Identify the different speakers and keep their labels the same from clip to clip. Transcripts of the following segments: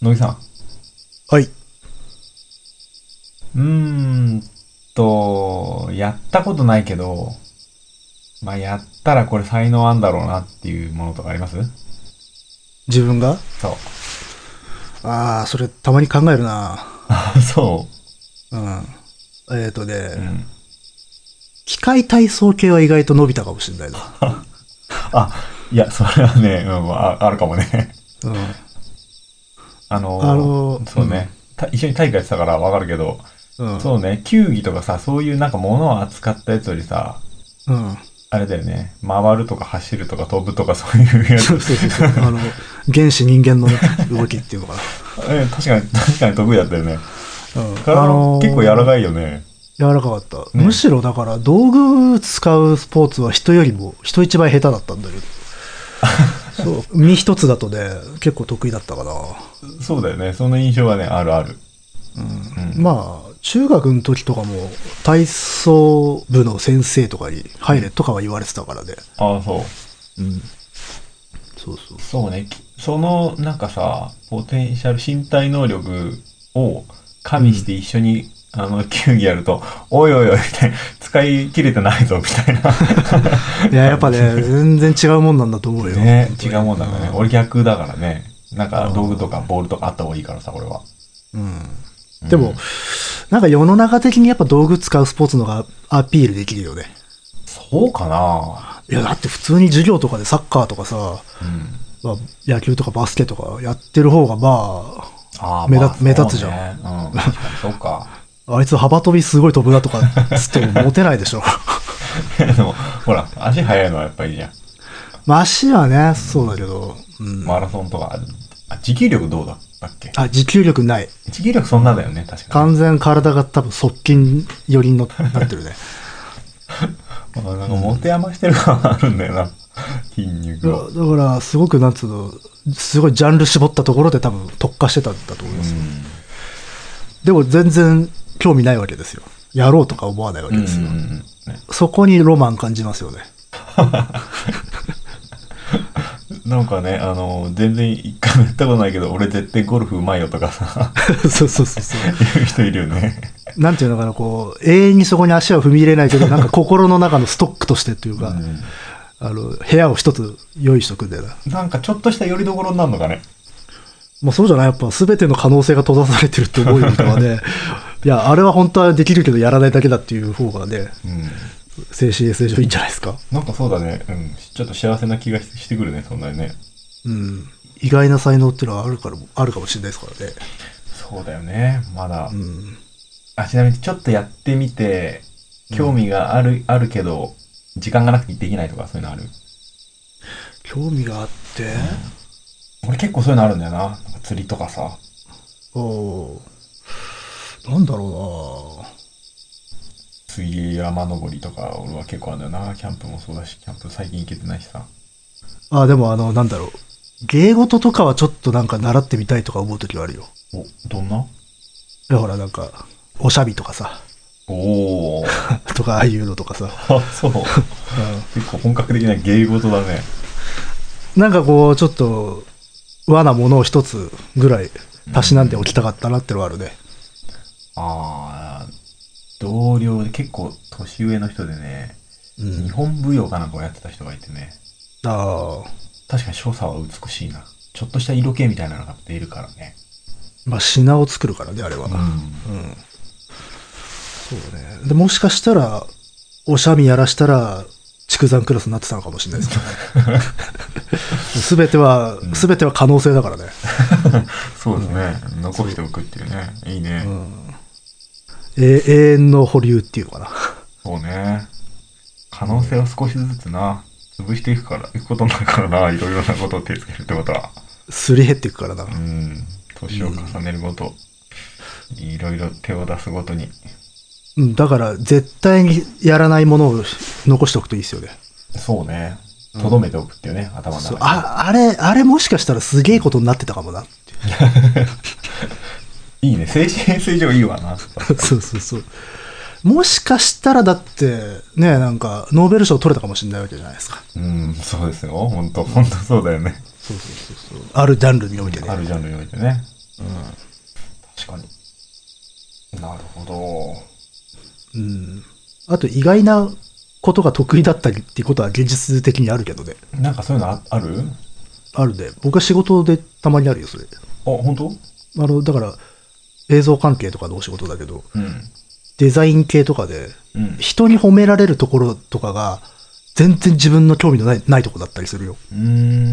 Speaker 1: 野木さ
Speaker 2: はい。
Speaker 1: ん。うーんと、やったことないけど、まあ、やったらこれ才能あんだろうなっていうものとかあります
Speaker 2: 自分が
Speaker 1: そう。
Speaker 2: ああ、それたまに考えるな。
Speaker 1: あ、そ
Speaker 2: うん。えっ、とね、
Speaker 1: う。うん。
Speaker 2: 機械体操系は意外と伸びたかもしれないな。
Speaker 1: あ、いや、それはね、うん、ああるかもね。
Speaker 2: うん。
Speaker 1: あの、
Speaker 2: あの
Speaker 1: そうね、た一緒に体育やってたからわかるけど、
Speaker 2: うん。
Speaker 1: そうね、球技とかさ、そういうなんか物を扱ったやつよりさ、
Speaker 2: うん。
Speaker 1: あれだよね、回るとか走るとか飛ぶとかそういうやつ。
Speaker 2: そうそうそう。 あの、原始人間のね動きっていうのか
Speaker 1: え確かに、確かに得意だったよね。
Speaker 2: な。うん。
Speaker 1: 体も結構柔ら
Speaker 2: い。
Speaker 1: かいよね。
Speaker 2: 柔らかかった。むしろだから、道具使うスポーツは人よりも、人一倍下手だったん だけど。そう。身一つだとね、結構得意だったかな。
Speaker 1: そうだよね。その印象はね、あるある。うん
Speaker 2: まあ、中学の時とかも、体操部の先生とかに入れとかは言われてたからね。
Speaker 1: ああ、そう。
Speaker 2: うん。そうそう。
Speaker 1: そうね。きその、なんかさ、ポテンシャル、身体能力を加味して一緒に、あの、球技やると、おいおいおい、みたいな、使い切れてないぞ、みたい
Speaker 2: いや、やっぱ ね、全然違うもんなんだと思うよ。
Speaker 1: な。ね、違うもんだからね。
Speaker 2: う
Speaker 1: 俺逆だからね。なんか、道具とかボールとかあった方がいいからさ、これは。
Speaker 2: うん。でも、なんか世の中的にやっぱ道具使うスポーツの方がアピールできるよね。
Speaker 1: そうかない
Speaker 2: や、だって普通に授業とかでサッカーとかさ、
Speaker 1: うん。
Speaker 2: まあ、野球とかバスケとかやってる方がま
Speaker 1: ああ、
Speaker 2: 目立
Speaker 1: まあ
Speaker 2: 目立つじゃん
Speaker 1: ん。うん、確かにそうか。
Speaker 2: あ、あいつ幅跳びすごい飛ぶなとかつってもモテないでしょ。
Speaker 1: でも、ほら、足速いのはやっぱいいじゃん。
Speaker 2: まあ足はね、そうだけど、うん。
Speaker 1: マラソンとか。あ、持久力どうだったっけ
Speaker 2: あ、持久力ない。
Speaker 1: 持久力そんなだよね、確かに。
Speaker 2: 完全体が多分側近寄りになって るね。
Speaker 1: あなんか持て余してる感あるんだよな、 筋肉
Speaker 2: だ
Speaker 1: を。
Speaker 2: だから、すごく、なんつうの、すごいジャンル絞ったところで多分特化してたんだと思います。でも全然興味ないわけですよ。やろうとか思わないわ
Speaker 1: う
Speaker 2: け
Speaker 1: ん。う
Speaker 2: です
Speaker 1: ん。
Speaker 2: よ。
Speaker 1: ね
Speaker 2: そこにロマン感じますよね。
Speaker 1: なんかね、あの、全然一回もやったことないけど、俺絶対ゴルフうまいよとかさ、
Speaker 2: そうそうそうそう。
Speaker 1: 言う人いるよね。
Speaker 2: なんていうのかな、こう、永遠にそこに足は踏み入れないけど、なんか心の中のストックとしてというか、あの、部屋を一つ用意しとくんだよな。
Speaker 1: なんかちょっとしたよりどころになるのかね。
Speaker 2: もうそうじゃないやっぱ全ての可能性が閉ざされてるって思うよりかはね、いや、あれは本当はできるけどやらないだけだっていう方がね、
Speaker 1: うん。
Speaker 2: 精神衛生上いいんじゃないですか。
Speaker 1: なんかそうだね、うん。ちょっと幸せな気がししてくるね、そんなにね。
Speaker 2: うん。意外な才能っていうのはあるから、あるかもしれないですからね。
Speaker 1: そうだよね、まだ。
Speaker 2: うん。
Speaker 1: あちなみにちょっとやってみて興味がある,、あるけど時間がなくてできないとかそういうのある
Speaker 2: 興味があって、
Speaker 1: 俺結構そういうのあるんだよななんか釣りとかさ
Speaker 2: おーなんだろ
Speaker 1: 水泳山登りとか俺は結構あるんだよなキャンプもそうだしキャンプ最近行けてないしさ
Speaker 2: うなあ、でもあの、なんだろう。芸事とかはちょっとなんか習ってみたいとか思うときはあるよ。
Speaker 1: おどんない
Speaker 2: やほらなんか、おしゃびとかさ、
Speaker 1: おお
Speaker 2: とかああいうのとかさ。
Speaker 1: あそう結構本格的な芸事だね
Speaker 2: なんかこう、ちょっと、和なものを一つぐらい、たしなんでおきたかったなってのはあるね。
Speaker 1: ああ同僚で結構年上の人でね、
Speaker 2: うん
Speaker 1: 日本舞踊かなんかをやってた人がいてね
Speaker 2: ああ。
Speaker 1: 確かに所作は美しいなちょっとした色気みたいなのが出るからね
Speaker 2: まあ、品を作るからね、あれは。
Speaker 1: うん
Speaker 2: うんそうね。で、もしかしたら、おしゃみやらしたら、畜産クラスになってたのかもしれない ですけどね。すべては、すべては可能性だからね。
Speaker 1: そうですね、残しておくっていうねいいね、
Speaker 2: え永遠の保留っていうのかな。
Speaker 1: そうね可能性を少しずつな潰していくからいくことになるからないろいろなことを手つけるってことは
Speaker 2: すり減っていくからな。
Speaker 1: うん年を重ねるごと、いろいろ手を出すごとに
Speaker 2: うん、だから、絶対にやらないものを残しておくといいですよね。
Speaker 1: そうねとどめておくっていうね、頭の中
Speaker 2: そう
Speaker 1: に
Speaker 2: あ、あれ、あれもしかしたらすげえことになってたかもな。
Speaker 1: いいね精神衛生上いいわな
Speaker 2: そうそうそう。もしかしたらだって、ね、なんか、ノーベル賞取れたかもしれないわけじゃないですか。
Speaker 1: うんそうですよ本当本当そうだよね
Speaker 2: そうそうそうそう。あるジャンルにおいてね。
Speaker 1: あるジャンルにおいてね確かに。なるほど。
Speaker 2: うん。あと意外なことが得意だったりっていうことは現実的にあるけどね。
Speaker 1: なんかそういうのあある
Speaker 2: あるで。僕は仕事でたまにあるよ、それ。
Speaker 1: あ、本当
Speaker 2: あの、だから、映像関係とかのお仕事だけど、
Speaker 1: うん。
Speaker 2: デザイン系とかで、
Speaker 1: うん。
Speaker 2: 人に褒められるところとかが、全然自分の興味のないないとこだったりするよ。
Speaker 1: う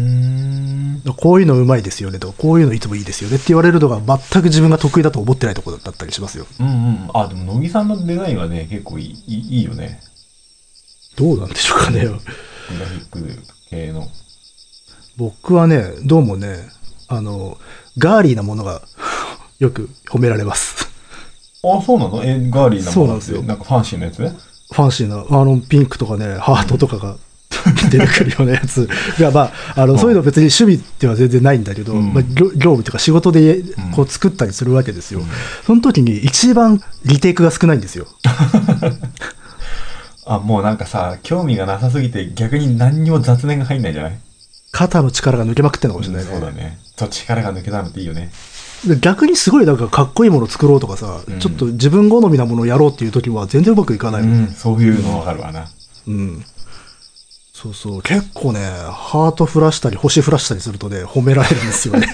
Speaker 1: ーん。
Speaker 2: だからこういうのうまいですよねとか、こういうのいつもいいですよねって言われるのが全く自分が得意だと思ってないところだったりしますよ。
Speaker 1: うんうん。あ、でも、乃木さんのデザインはね、結構いい、いいいいよね。
Speaker 2: どうなんでしょうかね。
Speaker 1: グラフィック系の。
Speaker 2: 僕はね、どうもね、あの、ガーリーなものが よく褒められます。
Speaker 1: あ、そうなのえ、ガーリーなものって
Speaker 2: そうなんですよ
Speaker 1: なんかファンシーなやつ
Speaker 2: ファンシーな、あの、ピンクとかね、ハートとかが 出てくるようなやつが、まあ、あの、そういうの別に趣味では全然ないんだけど、
Speaker 1: うん
Speaker 2: まあ、業業務というか仕事でこう作ったりするわけですよ。その時に一番リテイクが少ないんですよ。
Speaker 1: あ、もうなんかさ、興味がなさすぎて逆に何にも雑念が入んないじゃない
Speaker 2: 肩の力が抜けまくってんのかもし
Speaker 1: そう
Speaker 2: れないね。
Speaker 1: だね。そう、力が抜けたのっていいよね。
Speaker 2: で逆にすごいなんかかっこいいもの作ろうとかさ、
Speaker 1: うん
Speaker 2: ちょっと自分好みなものをやろうっていう時は全然うまくいかないうの、
Speaker 1: ん、そういうのわかるわな。
Speaker 2: うん。そうそう。結構ね、ハート降らしたり、星降らしたりするとね、褒められるんです よね。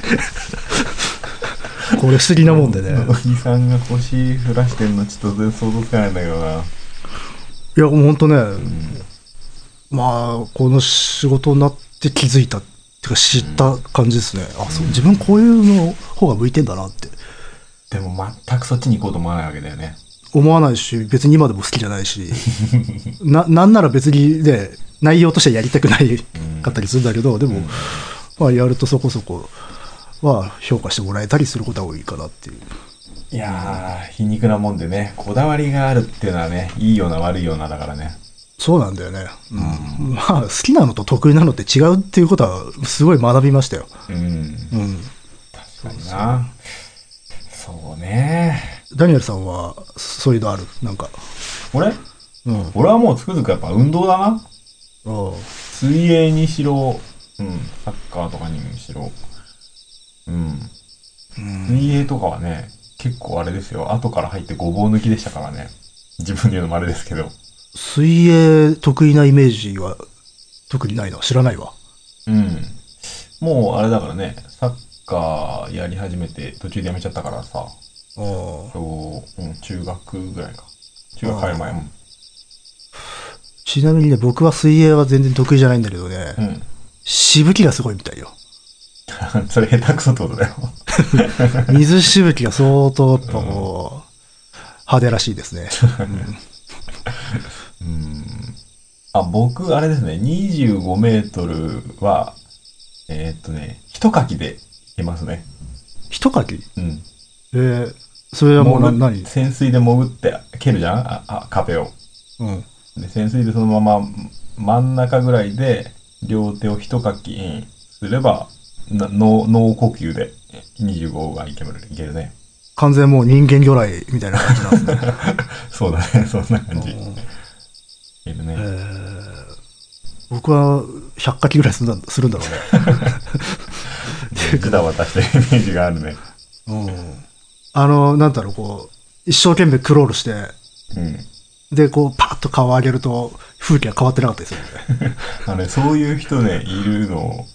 Speaker 2: これ不思議なもんでね。
Speaker 1: 乃木さんが腰振らしてんのちょっと全然想像つかないんだけどな。
Speaker 2: いや、もうほんとね、まあ、この仕事になって気づいた、ってか知った感じですね。あ、そう、自分こういうの方が向いてんだなって。
Speaker 1: でも全くそっちに行こうと思わないわけだよね。
Speaker 2: 思わないし、別に今でも好きじゃないし、 な、なんなら別にね、内容としてはやりたくないかったりするんだけど、でも、まあ、やるとそこそこは評価してもらえたりすることは多いかなっていう。
Speaker 1: いやー、皮肉なもんでね、こだわりがあるっていうのはね、いいような悪いようなだからね。
Speaker 2: そうなんだよね。うん。まあ、好きなのと得意なのって違うっていうことは、すごい学びましたよ。
Speaker 1: うん。
Speaker 2: うん。
Speaker 1: 確かにな。そうね。
Speaker 2: ダニエルさんは、そういうのあるなんか。
Speaker 1: 俺
Speaker 2: うん。あ
Speaker 1: 俺はもうつくづくやっぱ運動だな。
Speaker 2: あ
Speaker 1: 水泳にしろ、うん、サッカーとかにもしろ。うん。水泳とかはね、結構あれですよ。後から入ってごぼう抜きでしたからね。自分で言うのもあれですけど。
Speaker 2: 水泳得意なイメージは、特にないの知らないわ。
Speaker 1: うん。もうあれだからね、サッカーやり始めて途中でやめちゃったからさ、
Speaker 2: ああ。
Speaker 1: そう、うん、中学ぐらいか。中学入る前も。
Speaker 2: ちなみにね、僕は水泳は全然得意じゃないんだけどね、
Speaker 1: う
Speaker 2: しぶきがすごいみたい よ。
Speaker 1: ん。 それ下手くそってことだよ。
Speaker 2: 水しぶきが相当やっぱもう、派手らしいです ね。
Speaker 1: あ、僕、あれですね、25メートルは、えーっとね、一かきでいけますね。
Speaker 2: ひとかき
Speaker 1: うん。
Speaker 2: えー、それはもうな
Speaker 1: 潜っ
Speaker 2: 何
Speaker 1: 潜水で潜って蹴るじゃんああ、壁を。
Speaker 2: うん。
Speaker 1: で、潜水でそのまま真ん中ぐらいで、両手を一かきうんすれば、な脳脳呼吸で25がいけるいけるね。
Speaker 2: 完全もう人間魚雷みたいな感じなんです ね。
Speaker 1: そうだね、そんな感じ。いけるね。
Speaker 2: 僕は100かきぐらいするんだするんだろ
Speaker 1: ジダバタしてるイメージがあるね。
Speaker 2: うね。うん。あの、なんだろう、こう、一生懸命クロールして、
Speaker 1: うん。
Speaker 2: で、こう、パッと顔を上げると、風景が変わってなかったですよね。
Speaker 1: あのね、そういう人ね、いるの、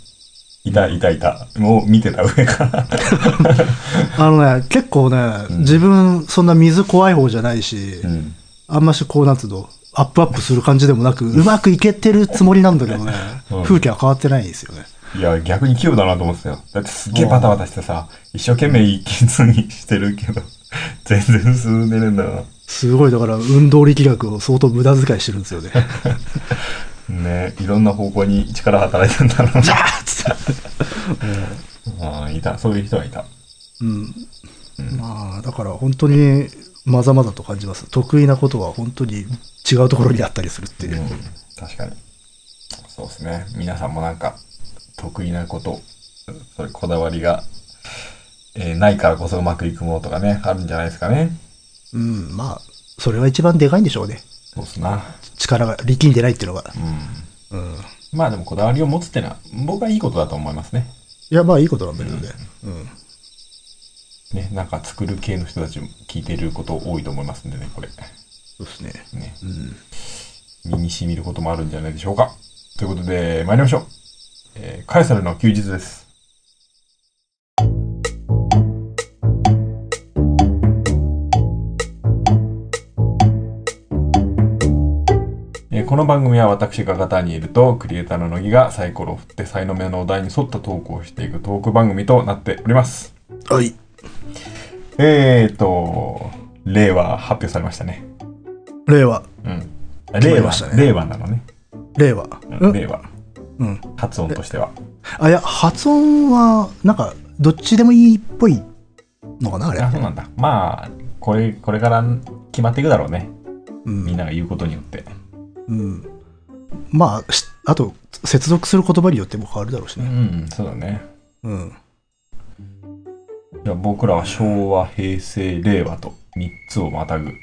Speaker 1: いた、いた、いた。もう見てた上から。
Speaker 2: あのね、結構ね、自分、そんな水怖い方じゃないし、
Speaker 1: ん。
Speaker 2: あんましこう、なんつうの、アップアップする感じでもなく、うまくいけてるつもりなんだけど ね、
Speaker 1: うん
Speaker 2: 風景は変わってないんですよね。
Speaker 1: いや、逆に器用だなと思ってたよ。だってすっげえバタバタしてさ、一生懸命息継ぎしてるけど、全然進んでるんだよ
Speaker 2: すごい、だから、運動力学を相当無駄遣いしてるんですよね。
Speaker 1: な。 ねいろんな方向に力働いてんだろう
Speaker 2: じゃ
Speaker 1: な。
Speaker 2: ーっつっ て。
Speaker 1: ああ、いた。そういう人はいた。
Speaker 2: まあ、だから本当に、まざまざと感じます。得意なことは本当に違うところにあったりするって
Speaker 1: う
Speaker 2: い
Speaker 1: ん
Speaker 2: う。。
Speaker 1: 確かに。そうですね。皆さんもなんか、得意なこと、それこだわりが、えーないからこそうまくいくものとかね、あるんじゃないですかね。
Speaker 2: うん、まあ、それは一番でかいんでしょうね。
Speaker 1: そうっすな。
Speaker 2: 力が、力んでないっていうのが。
Speaker 1: うん
Speaker 2: うん
Speaker 1: まあでもこだわりを持つってのは僕はいいことだと思いますね。
Speaker 2: いや、まあいいことなんだけどね。うん。
Speaker 1: ね、なんか作る系の人たちも聞いてること多いと思いますんでね、これ。
Speaker 2: そうですね。
Speaker 1: ね、
Speaker 2: うん。
Speaker 1: 身に染みることもあるんじゃないでしょうか。ということで、参りましょう。えーカエサルの休日です。えーこの番組は私がガターにいるとクリエイターの乃木がサイコロを振って才能目のお題に沿ったトークをしていくトーク番組となっております。
Speaker 2: はい。
Speaker 1: えーと、令和発表されましたね。
Speaker 2: 令和。
Speaker 1: うん。
Speaker 2: 決ま
Speaker 1: 令
Speaker 2: り
Speaker 1: 和
Speaker 2: ました、ね
Speaker 1: 令和なのね。
Speaker 2: 令和。
Speaker 1: うん
Speaker 2: うん。
Speaker 1: 令和。
Speaker 2: うん。
Speaker 1: 発音としては。
Speaker 2: あ、いや、発音は、なんか、どっちでもいいっぽいのかな、あれ
Speaker 1: あ。そうなんだまあこれこれから決まっていくだろうね
Speaker 2: うん
Speaker 1: みんなが言うことによって
Speaker 2: うん。まあ、しあと、接続する言葉によっても変わるだろうし
Speaker 1: うん、
Speaker 2: ね。
Speaker 1: そうだね
Speaker 2: うん。
Speaker 1: じゃあ僕らは昭和平成令和と3つをまたぐこ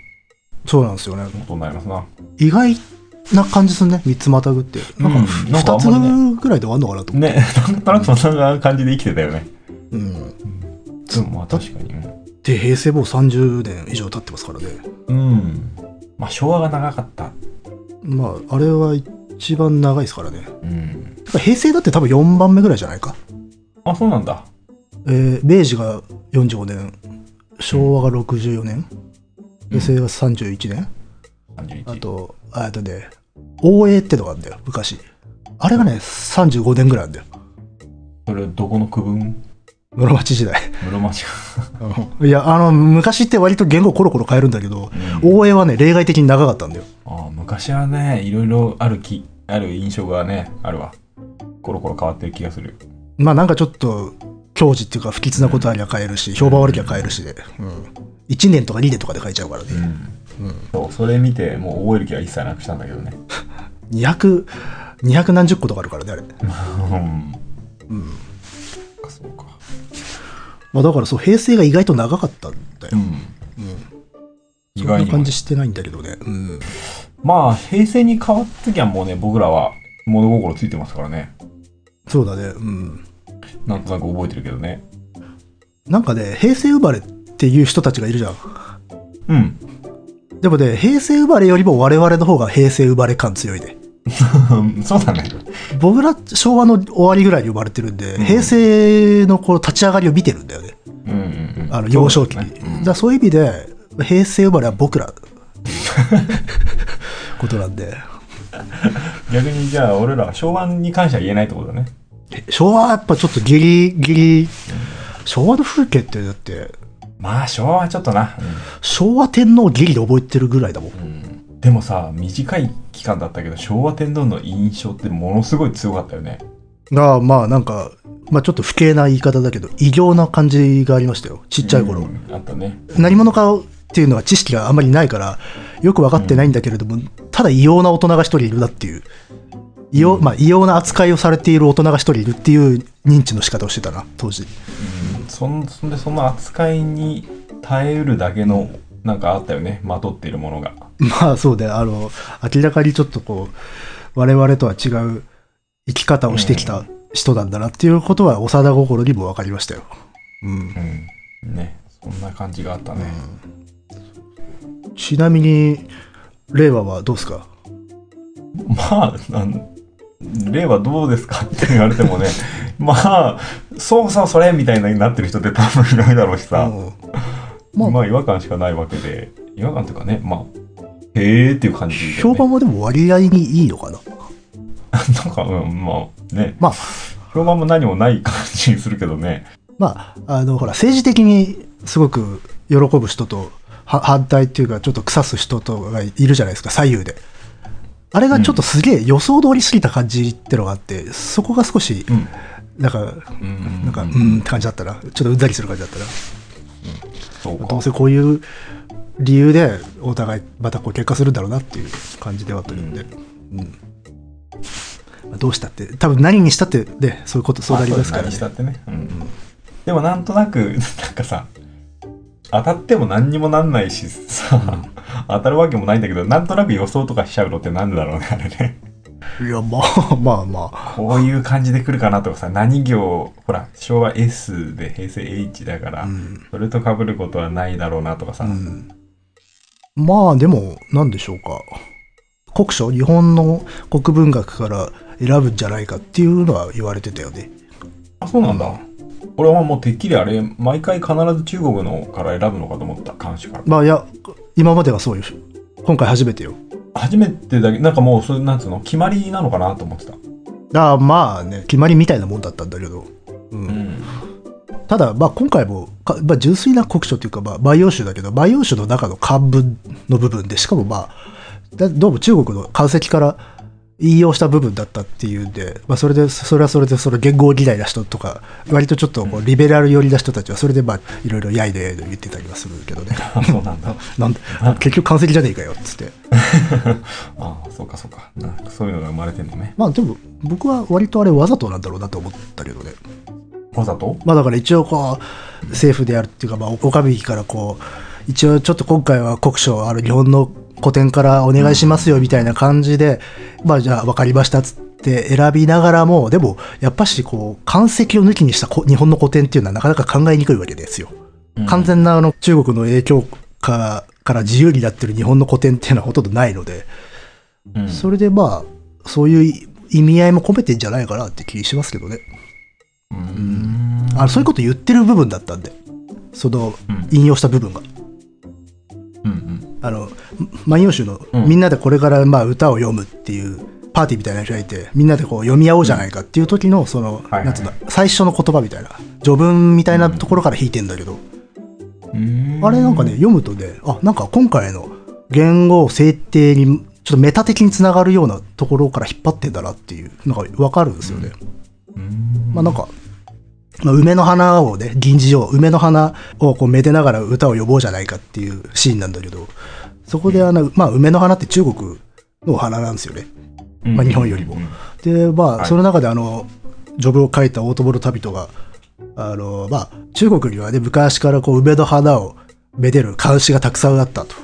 Speaker 2: そうなんですよね。
Speaker 1: とになりますな
Speaker 2: 意外な感じするね。三つまたぐって。なんか、
Speaker 1: うんなんかあんまり
Speaker 2: 二つぐらいで終わんのかなと思って。
Speaker 1: ね なんとなくそんな感じで生きてたよね
Speaker 2: うん。
Speaker 1: でもまあ確かに
Speaker 2: で、平成もう30年以上経ってますからね。
Speaker 1: うん、うん、まあ昭和が長かった
Speaker 2: まあ、あれは一番長いですからね。
Speaker 1: うん
Speaker 2: てか平成だって多分4番目ぐらいじゃないか。
Speaker 1: あそうなんだ
Speaker 2: えー明治が45年、昭和が64年、
Speaker 1: うん
Speaker 2: 平成が31年、
Speaker 1: 31
Speaker 2: あと、あとね、応永ってのがあるんだよ、昔。あれがね、35年ぐらいあるんだよ。
Speaker 1: それどこの区分
Speaker 2: 室町時代。
Speaker 1: 室町か、
Speaker 2: いや、あの、昔って割と言語コロコロ変えるんだけど、
Speaker 1: うん
Speaker 2: 応永はね、例外的に長かったんだよ。
Speaker 1: ああ昔はねいろいろあるきある印象がねあるわコロコロ変わってる気がする
Speaker 2: まあなんかちょっと、矜持っていうか不吉なことありゃ変えるし、評判悪きゃ変えるしで、うん。1年とか2年とかで変えちゃうからね。
Speaker 1: そうそれ見てもう覚える気は一切なくしたんだけどね
Speaker 2: 200、200何十個とかあるからね、あれ。
Speaker 1: うんそうかそうか
Speaker 2: まあ、だからそう平成が意外と長かったんだよ、
Speaker 1: 意
Speaker 2: そん
Speaker 1: 外
Speaker 2: な
Speaker 1: にも
Speaker 2: 感じしてないんだけどね、うん、
Speaker 1: まあ平成に変わった時はもうね僕らは物心ついてますからね
Speaker 2: そうだねうん
Speaker 1: なんとなく覚えてるけどね
Speaker 2: なんかね平成生まれっていう人たちがいるじゃん
Speaker 1: うん
Speaker 2: でもね平成生まれよりも我々の方が平成生まれ感強いで
Speaker 1: そうだね
Speaker 2: 僕ら昭和の終わりぐらいに生まれてるんで、
Speaker 1: ん
Speaker 2: 平成のこう立ち上がりを見てるんだよね
Speaker 1: うんうんうん
Speaker 2: あの幼少期に
Speaker 1: そう
Speaker 2: そう,、
Speaker 1: だね
Speaker 2: だからそういう意味で平成生まれは 僕らっていうことなんで
Speaker 1: うん逆にじゃあ俺らは昭和に関しては言えないってことだね
Speaker 2: 昭和はやっぱちょっとギリギリ昭和の風景ってだって
Speaker 1: まあ昭和はちょっとな、
Speaker 2: 昭和天皇ギリで覚えてるぐらいだもん。
Speaker 1: うんでもさ短い期間だったけど昭和天皇の印象ってものすごい強かったよね
Speaker 2: が、まあなんか、まあちょっと不敬な言い方だけど、異形な感じがありましたよ。ちっちゃい頃。
Speaker 1: うんあったね
Speaker 2: 何者かっていうのは知識があんまりないから、よく分かってないんだけれども、ただ異様な大人が一人いるなっていう。異様、まあ異様な扱いをされている大人が一人いるっていう認知の仕方をしてたな、当時。
Speaker 1: そんそんでその扱いに耐えうるだけのなんかあったよねまとっているものが
Speaker 2: まあそうで、あの、明らかにちょっとこう、我々とは違う生き方をしてきた人なんだなっていうことは、幼心にも分かりましたよ。うん。
Speaker 1: うんねそんな感じがあったね、
Speaker 2: ちなみに、令和はどうですか
Speaker 1: まあなん例はどうですかって言われて もねまあそうそうそれみたいになってる人って多分いないだろうしさ、
Speaker 2: うんまあ
Speaker 1: まあ違和感しかないわけで違和感というかねまあへえっていう感じで、ね、
Speaker 2: 評判はでも割合にいいのかな。
Speaker 1: なんか、うん、まあね
Speaker 2: まあ、
Speaker 1: 評判も何もない感じにするけどね
Speaker 2: まあ、あの、ほら、政治的にすごく喜ぶ人と、は反対っていうか、ちょっと腐す人とがいるじゃないですか、左右で。あれがちょっとすげえ予想通りすぎた感じってのがあって、そこが少し、
Speaker 1: うん
Speaker 2: なんか、
Speaker 1: うん
Speaker 2: なんか、うんって感じだったな。ちょっとうんざりする感じだったな。
Speaker 1: そうか
Speaker 2: どうせこういう理由で、お互いまたこう結果するんだろうなっていう感じではあったんで。うんまあどうしたって、多分何にしたってね、そういうこと、そうなりますから
Speaker 1: あ
Speaker 2: ね
Speaker 1: そう。何したってね、うんでもなんとなく なんかさ当たっても何にもなんないしさ、当たるわけもないんだけどなんとなく予想とかしちゃうのってなんでだろうねあれね
Speaker 2: いや、まあ まあまあ。
Speaker 1: こういう感じで来るかなとかさ、何行、ほら、昭和 S で平成 H だから、
Speaker 2: うん
Speaker 1: それと被ることはないだろうなとかさ、
Speaker 2: うんまあでも、なんでしょうか。国書、日本の国文学から選ぶんじゃないかっていうのは言われてたよね。
Speaker 1: あ、そうなんだ。俺はもうてっきりあれ、毎回必ず中国のから選ぶのかと思った、監視から。
Speaker 2: まあいや、今まではそういう。今回初めてよ。
Speaker 1: 初めてだけ、なんかもう、それなんつうの、決まりなのかなと思ってた。
Speaker 2: ああまあね、決まりみたいなもんだったんだけど。うん
Speaker 1: うん。
Speaker 2: ただ、まあ、今回もか、まあ、純粋な国書というか、まあ、万葉集だけど万葉集の中の漢文の部分でしかもまあだどうも中国の漢石から引用した部分だったっていうんで、まあ、それでそれはそれでその言語嫌いな人とか割とちょっとこうリベラル寄りな人たちはそれでまあいろいろやいで言ってたりはするけどね
Speaker 1: あ、そうなんだ。
Speaker 2: なんで結局漢石じゃねえかよっつって
Speaker 1: ああ、そうかそうか。なんかそういうのが生まれてんのね。
Speaker 2: まあでも僕は割とあれわざとなんだろうなと思ったけどね
Speaker 1: わざと
Speaker 2: まあだから一応こう政府であるっていうか、まあ、岡引からこう一応ちょっと今回は国書あの日本の古典からお願いしますよみたいな感じで、まあじゃあ分かりましたっつって選びながらもでもやっぱしこう漢石を抜きにしたこ日本の古典っていうのはなかなか考えにくいわけですよ。
Speaker 1: うん
Speaker 2: 完全なあの中国の影響下から自由になってる日本の古典っていうのはほとんどないので、
Speaker 1: うん
Speaker 2: それでまあそういう意味合いも込めてんじゃないかなって気しますけどね。
Speaker 1: うーん
Speaker 2: あのそういうこと言ってる部分だったんでその
Speaker 1: うん
Speaker 2: 引用した部分が
Speaker 1: うん
Speaker 2: あの「万葉集」の、
Speaker 1: うん
Speaker 2: みんなでこれからまあ歌を読む」っていうパーティーみたいな人がいてみんなでこう読み合おうじゃないかっていう時のその、
Speaker 1: いはい
Speaker 2: なんつうの最初の言葉みたいな序文みたいなところから引いてんだけど、
Speaker 1: うん。うーん
Speaker 2: あれなんかね、読むとねあなんか今回の言語制定にちょっとメタ的につながるようなところから引っ張ってんだなっていうなんか分かるんですよね。
Speaker 1: うーん
Speaker 2: まあなんか、まあ梅の花をね、銀次を、梅の花をこうめでながら歌を呼ぼうじゃないかっていうシーンなんだけど、そこであの、まあ梅の花って中国のお花なんですよね。まあ日本よりも
Speaker 1: うん
Speaker 2: で、ま
Speaker 1: は
Speaker 2: あ
Speaker 1: い
Speaker 2: その中であの、ジョブを書いた大友の旅人が、あの、まあ中国にはね、昔からこう梅の花をめでる監視がたくさんあったと。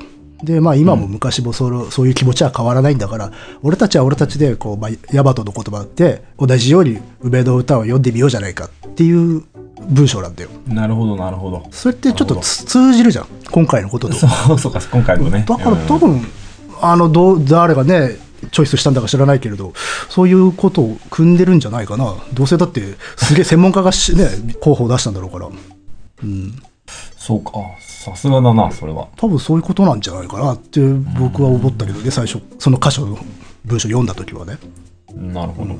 Speaker 2: で、まあ今も昔もその、そういう気持ちは変わらないんだから、俺たちは俺たちで、こう、まあ、ヤマトの言葉で、同じように梅の歌を読んでみようじゃないかっていう文章なんだよ。
Speaker 1: なるほどなるほど。
Speaker 2: それってちょっ
Speaker 1: なる
Speaker 2: と
Speaker 1: ほど
Speaker 2: つ通じるじゃん、今回のことと。
Speaker 1: そうそうか今回のね。
Speaker 2: だから
Speaker 1: うん
Speaker 2: 多分、あの、どう、誰がね、チョイスしたんだか知らないけれど、そういうことを組んでるんじゃないかな。どうせだって、すげえ専門家がし、ね、候補を出したんだろうから。うん。
Speaker 1: そうかあさすがだなそれは。
Speaker 2: 多分そういうことなんじゃないかなって僕は思ったけどね、最初、その箇所の文章読んだ時はね。
Speaker 1: なるほど。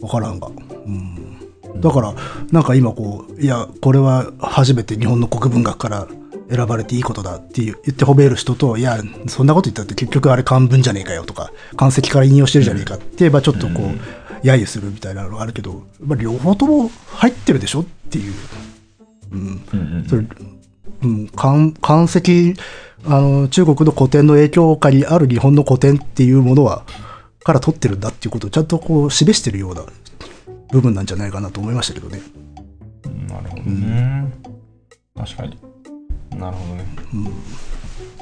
Speaker 2: 分からんが、うん、だからなんか今こういやこれは初めて日本の国文学から選ばれていいことだって言って褒める人といやそんなこと言ったって結局あれ漢文じゃねえかよとか漢石から引用してるじゃねえかって、まあ、ちょっとこう、揶揄するみたいなのがあるけど、まあ、両方とも入ってるでしょっていう、うん、
Speaker 1: うんうん
Speaker 2: それ、うん、漢漢石あの中国の古典の影響下にある日本の古典っていうものはから取ってるんだっていうことをちゃんとこう示してるような部分なんじゃないかなと思いましたけどね。
Speaker 1: なるほどね。確かに。なるほどね。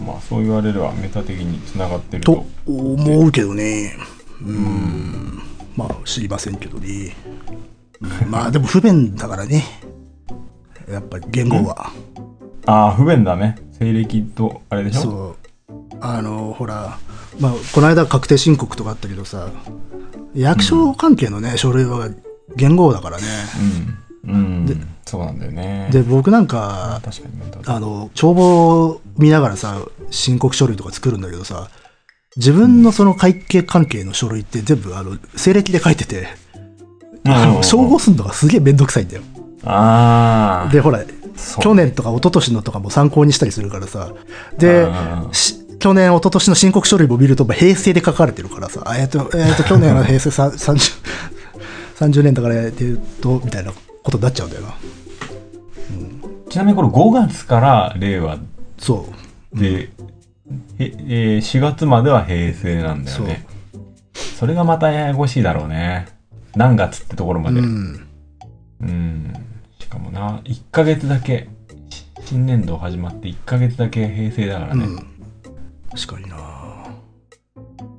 Speaker 1: まあそう言われればメタ的につながってると
Speaker 2: と。思うけどね。うん。まあ知りませんけどね。うんまあでも不便だからね。やっぱり言語は。
Speaker 1: ああ不便だね。西暦とあれでしょ。
Speaker 2: そうあのほら、まあ、この間確定申告とかあったけどさ役所関係のね、書類は言語だからね
Speaker 1: うん。うん。そうなんだよね。
Speaker 2: で僕なんか
Speaker 1: 確かにメタだ。
Speaker 2: あの帳簿を見ながらさ申告書類とか作るんだけどさ自分のその会計関係の書類って全部あの西暦で書いてて、あの照合するのがすげえめんどくさいんだよ
Speaker 1: ああ。
Speaker 2: でほら
Speaker 1: そう
Speaker 2: 去年とか一昨年のとかも参考にしたりするからさで
Speaker 1: うん
Speaker 2: し去年一昨年の申告書類も見るとまあ平成で書かれてるからさあえっ、と,、え ー、と去年は平成さ 30, 30年だからえっ、とみたいなことになっちゃうんだよな
Speaker 1: ちなみにこれ5月から令和
Speaker 2: そう
Speaker 1: で、へえー4月までは平成なんだよね。それがまたややこしいだろうね。何月ってところまで。
Speaker 2: う
Speaker 1: うん。
Speaker 2: ん
Speaker 1: しかもな、1ヶ月だけ、し新年度始まって1ヶ月だけ平成だから
Speaker 2: う
Speaker 1: ね。
Speaker 2: ん確かにな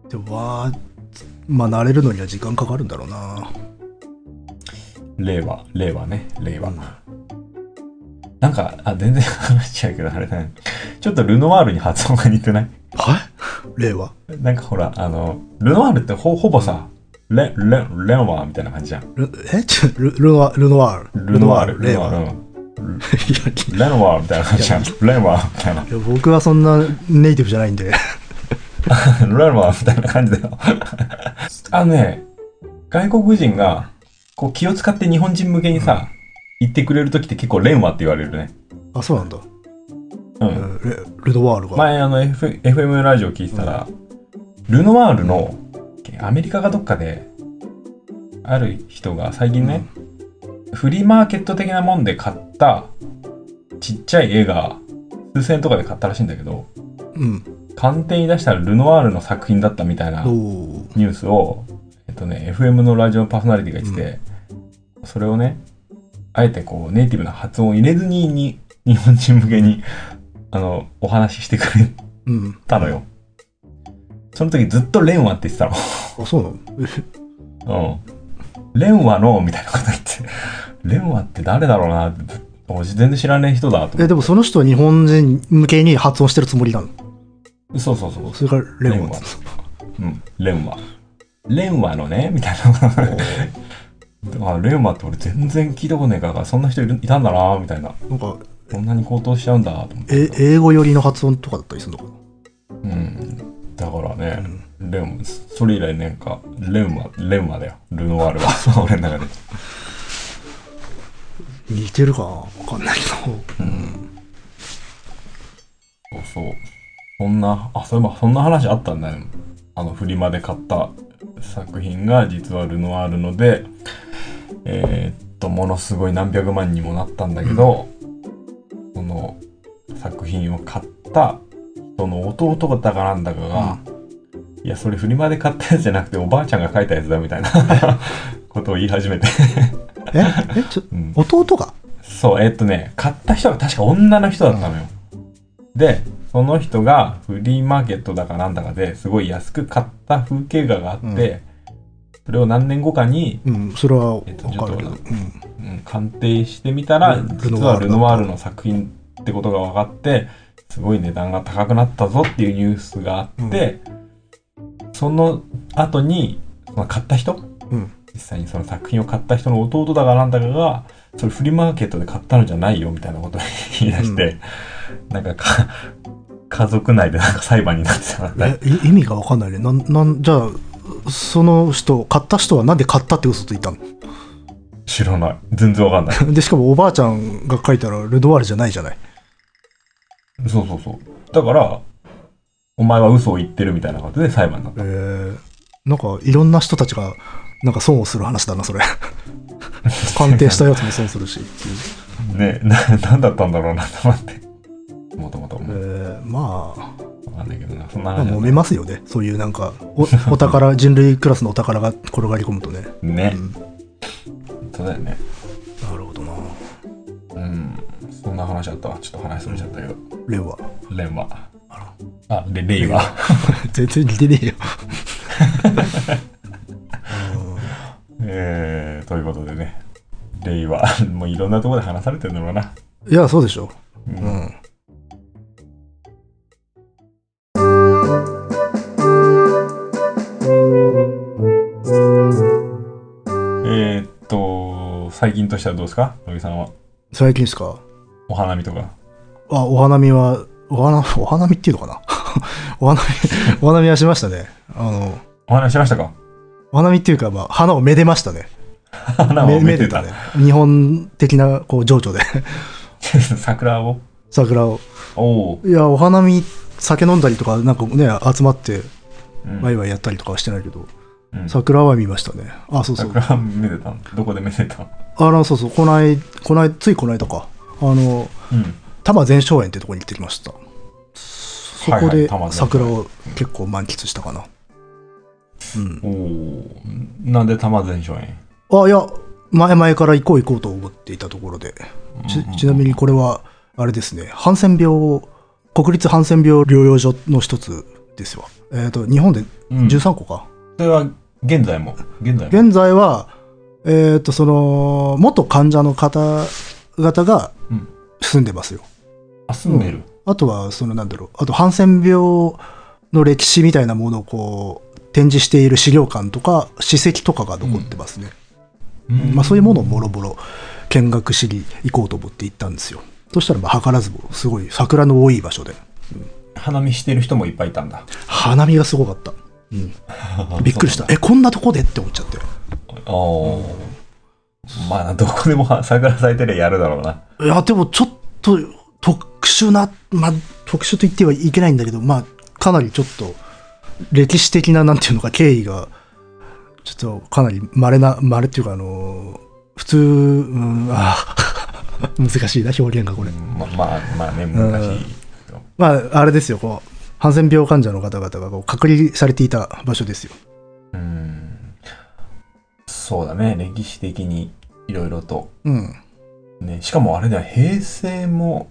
Speaker 2: でわーまあ、慣れるのには時間かかるんだろうな。
Speaker 1: 令和、令和ね、令和。
Speaker 2: うん
Speaker 1: なんか、あ、全然話しちゃうけど、あれだね。ちょっとルノワールに発音が似てない
Speaker 2: はい令和
Speaker 1: なんかほら、あの、ルノワールってほほぼさ、レ、レ、レンワーみたいな感じじゃん。
Speaker 2: ルえちょルルノワルノワール。
Speaker 1: ルノワール、
Speaker 2: 令
Speaker 1: ルノ
Speaker 2: 和。
Speaker 1: ワ
Speaker 2: い
Speaker 1: ー
Speaker 2: や、
Speaker 1: ル。うんレンワーみたいな感じ じゃん。レンワーみたいな。
Speaker 2: いや僕はそんなネイティブじゃないんで。
Speaker 1: ラルマみたいな感じだよ。あのね、外国人が、こう気を使って日本人向けにさ、言ってくれるときって結構、レンワって言われるね。
Speaker 2: あ、そうなんだ。
Speaker 1: う。
Speaker 2: うんんルルノワールが。
Speaker 1: 前、あの、F、FM ラジオ聞いてたら、ルノワールの、アメリカかどっかで、ある人が最近ね、フリーマーケット的なもんで買った、ちっちゃい絵が、数千円とかで買ったらしいんだけど、
Speaker 2: うん。
Speaker 1: 鑑定に出したらルノワールの作品だったみたいな
Speaker 2: おお
Speaker 1: ニュースを、えっとね、FM のラジオパーソナリティが言ってて、それをね、あえてこう、ネイティブな発音を入れずにに、日本人向けに、あの、お話ししてくれ
Speaker 2: うん。
Speaker 1: たのよ。その時ずっとレンワって言ってた
Speaker 2: あ、そうなの
Speaker 1: の。うん。レンワの、みたいなこと言って、レンワって誰だろうなって、俺全然知らない人だと思
Speaker 2: え、
Speaker 1: っ
Speaker 2: でもその人は日本人向けに発音してるつもりなの。
Speaker 1: て。そうそうそう。
Speaker 2: それからレン
Speaker 1: レンワ
Speaker 2: は。
Speaker 1: うん、レンワ。レンワのね、みたいな。あレンマって俺全然聞いたことないからそんな人いるいたんだなみたいな
Speaker 2: なんか、
Speaker 1: こんなに高騰しちゃうんだと思って
Speaker 2: え英語寄りの発音とかだったりするのか
Speaker 1: うんだから
Speaker 2: な、う
Speaker 1: ね、
Speaker 2: ん、
Speaker 1: レンそれ以来なんかレンマレンマだよルノワール は俺の中で
Speaker 2: 似てるかなわかんないけど。
Speaker 1: そうそうそんなあそういえばそんな話あったんだよあのフリマで買った作品が実はルノワールのでえーっとものすごい何百万にもなったんだけど、その作品を買った人の弟だかなんだかが、いや、それフリマで買ったやつじゃなくて、おばあちゃんが書いたやつだみたいなことを言い始めて、
Speaker 2: ええちょ
Speaker 1: うん
Speaker 2: 弟が
Speaker 1: そう、えっとね、買った人が確か女の人だったのよ。で、その人がフリーマーケットだかなんだかですごい安く買った風景画があって、
Speaker 2: うん
Speaker 1: それを何年後かに、
Speaker 2: うん、それはわ
Speaker 1: えっと
Speaker 2: かるけど。
Speaker 1: ちょ
Speaker 2: うん
Speaker 1: うん鑑定してみたら、
Speaker 2: ル
Speaker 1: 実はルノワールの作品ってことが分かって、すごい値段が高くなったぞっていうニュースがあって、その後に、その買った人、
Speaker 2: うん
Speaker 1: 実際にその作品を買った人の弟だかなんだかが、それフリーマーケットで買ったのじゃないよみたいなことを言い出して、なんかか、家族内でなんか裁判になってたんだ
Speaker 2: えい意味がわかんないね。なん、なん、じゃあ、その人、買った人はなんで買ったって嘘ついたの
Speaker 1: 知らない。全然わかんない。
Speaker 2: で、しかもおばあちゃんが書いたらルドワールじゃないじゃない。
Speaker 1: そうそうそう。だから、お前は嘘を言ってるみたいなことで裁判になった
Speaker 2: えー、なんかいろんな人たちが、なんか損をする話だな、それ。鑑定したやつも損するしっていう。
Speaker 1: ねな 何だったんだろうなと思ってもともと
Speaker 2: え
Speaker 1: 思
Speaker 2: ー、まあ。
Speaker 1: わかんないけどなそんな
Speaker 2: まあ、
Speaker 1: 話じゃ
Speaker 2: 揉
Speaker 1: な
Speaker 2: め
Speaker 1: い
Speaker 2: ますよね、そういうなんか、おお宝、人類クラスのお宝が転がり込むとね。
Speaker 1: ね
Speaker 2: うん
Speaker 1: そうだよね
Speaker 2: なるほどな、
Speaker 1: うんそんな話あったわちょっと話それちゃったけど
Speaker 2: レオは。
Speaker 1: レンはあレレイは
Speaker 2: 全然似てねえよ。
Speaker 1: えー、ということでねレイは もういろんなところで話されてるんだろうない
Speaker 2: や、そうでしょ。
Speaker 1: うん
Speaker 2: うん。
Speaker 1: えー、っと最近としてはどうですか野木さんは
Speaker 2: 最近ですか。
Speaker 1: お花見とか
Speaker 2: あ、お花見は、お花、 お花見っていうのかな お花見、お花見はしましたね。あの、
Speaker 1: お花見しました か
Speaker 2: お花見っていうか、まあ、花をめでましたね。
Speaker 1: 花
Speaker 2: め
Speaker 1: をめ
Speaker 2: め
Speaker 1: で
Speaker 2: で
Speaker 1: た
Speaker 2: たね。日本的な、こう、情緒で、
Speaker 1: 桜を
Speaker 2: 桜を。
Speaker 1: おお、
Speaker 2: いや、お花見、酒飲んだりとか、なんかね、集まって、
Speaker 1: うん
Speaker 2: ワイワイやったりとかはしてないけど、
Speaker 1: うん
Speaker 2: 桜は見ましたね。あ、そうそう。
Speaker 1: 桜はめでたのどこでめでたの
Speaker 2: あの、そうそう。こない、こない、ついこの間か。あの、
Speaker 1: うん
Speaker 2: 多摩全荘園ってとこに行ってきました。そ
Speaker 1: はい
Speaker 2: こ
Speaker 1: はい
Speaker 2: で
Speaker 1: 多摩全
Speaker 2: 桜を結構満喫したかな。うん。
Speaker 1: おおなんで玉前荘園
Speaker 2: あ、いや、前々から行こう行こうと思っていたところで。ちちなみにこれは、あれですね、ハンセン病、国立ハンセン病療養所の一つですわ。えっ、と、日本で
Speaker 1: うん
Speaker 2: 13個か。
Speaker 1: それは現在も。現在も。
Speaker 2: 現在は、えっと、その、元患者の方々が
Speaker 1: うん
Speaker 2: 住んでますよ。
Speaker 1: あ、住んでる。
Speaker 2: あとは、その、なんだろう、あと、ハンセン病の歴史みたいなものをこう、展示している資料館とか、史跡とかが残ってますね。
Speaker 1: うん
Speaker 2: まあ、そういうものをもろもろ見学しに行こうと思って行ったんですよ。そしたら、まあ、図らずも、すごい桜の多い場所で、
Speaker 1: 花見してる人もいっぱいいたんだ。
Speaker 2: 花見がすごかった。うん、 びっくりした。え、こんなとこでって思っちゃったよ。
Speaker 1: あーまあ、どこでもは桜咲いてりゃやるだろうな。
Speaker 2: いや、でもちょっと特殊な、まあ、特殊と言ってはいけないんだけど、まあ、かなりちょっと、歴史的な、なんていうのか、経緯が、ちょっとかなり稀な、稀っていうか、あの、普通、うん、あー 難しいな、表現がこれ。
Speaker 1: ままあ、まあね、難しいけど。
Speaker 2: まあ、あれですよ、こう、ハンセン病患者の方々がこう隔離されていた場所ですよ。
Speaker 1: うん。そうだね、歴史的にいろいろと。
Speaker 2: うん。
Speaker 1: ね、しかもあれだよ、平成も、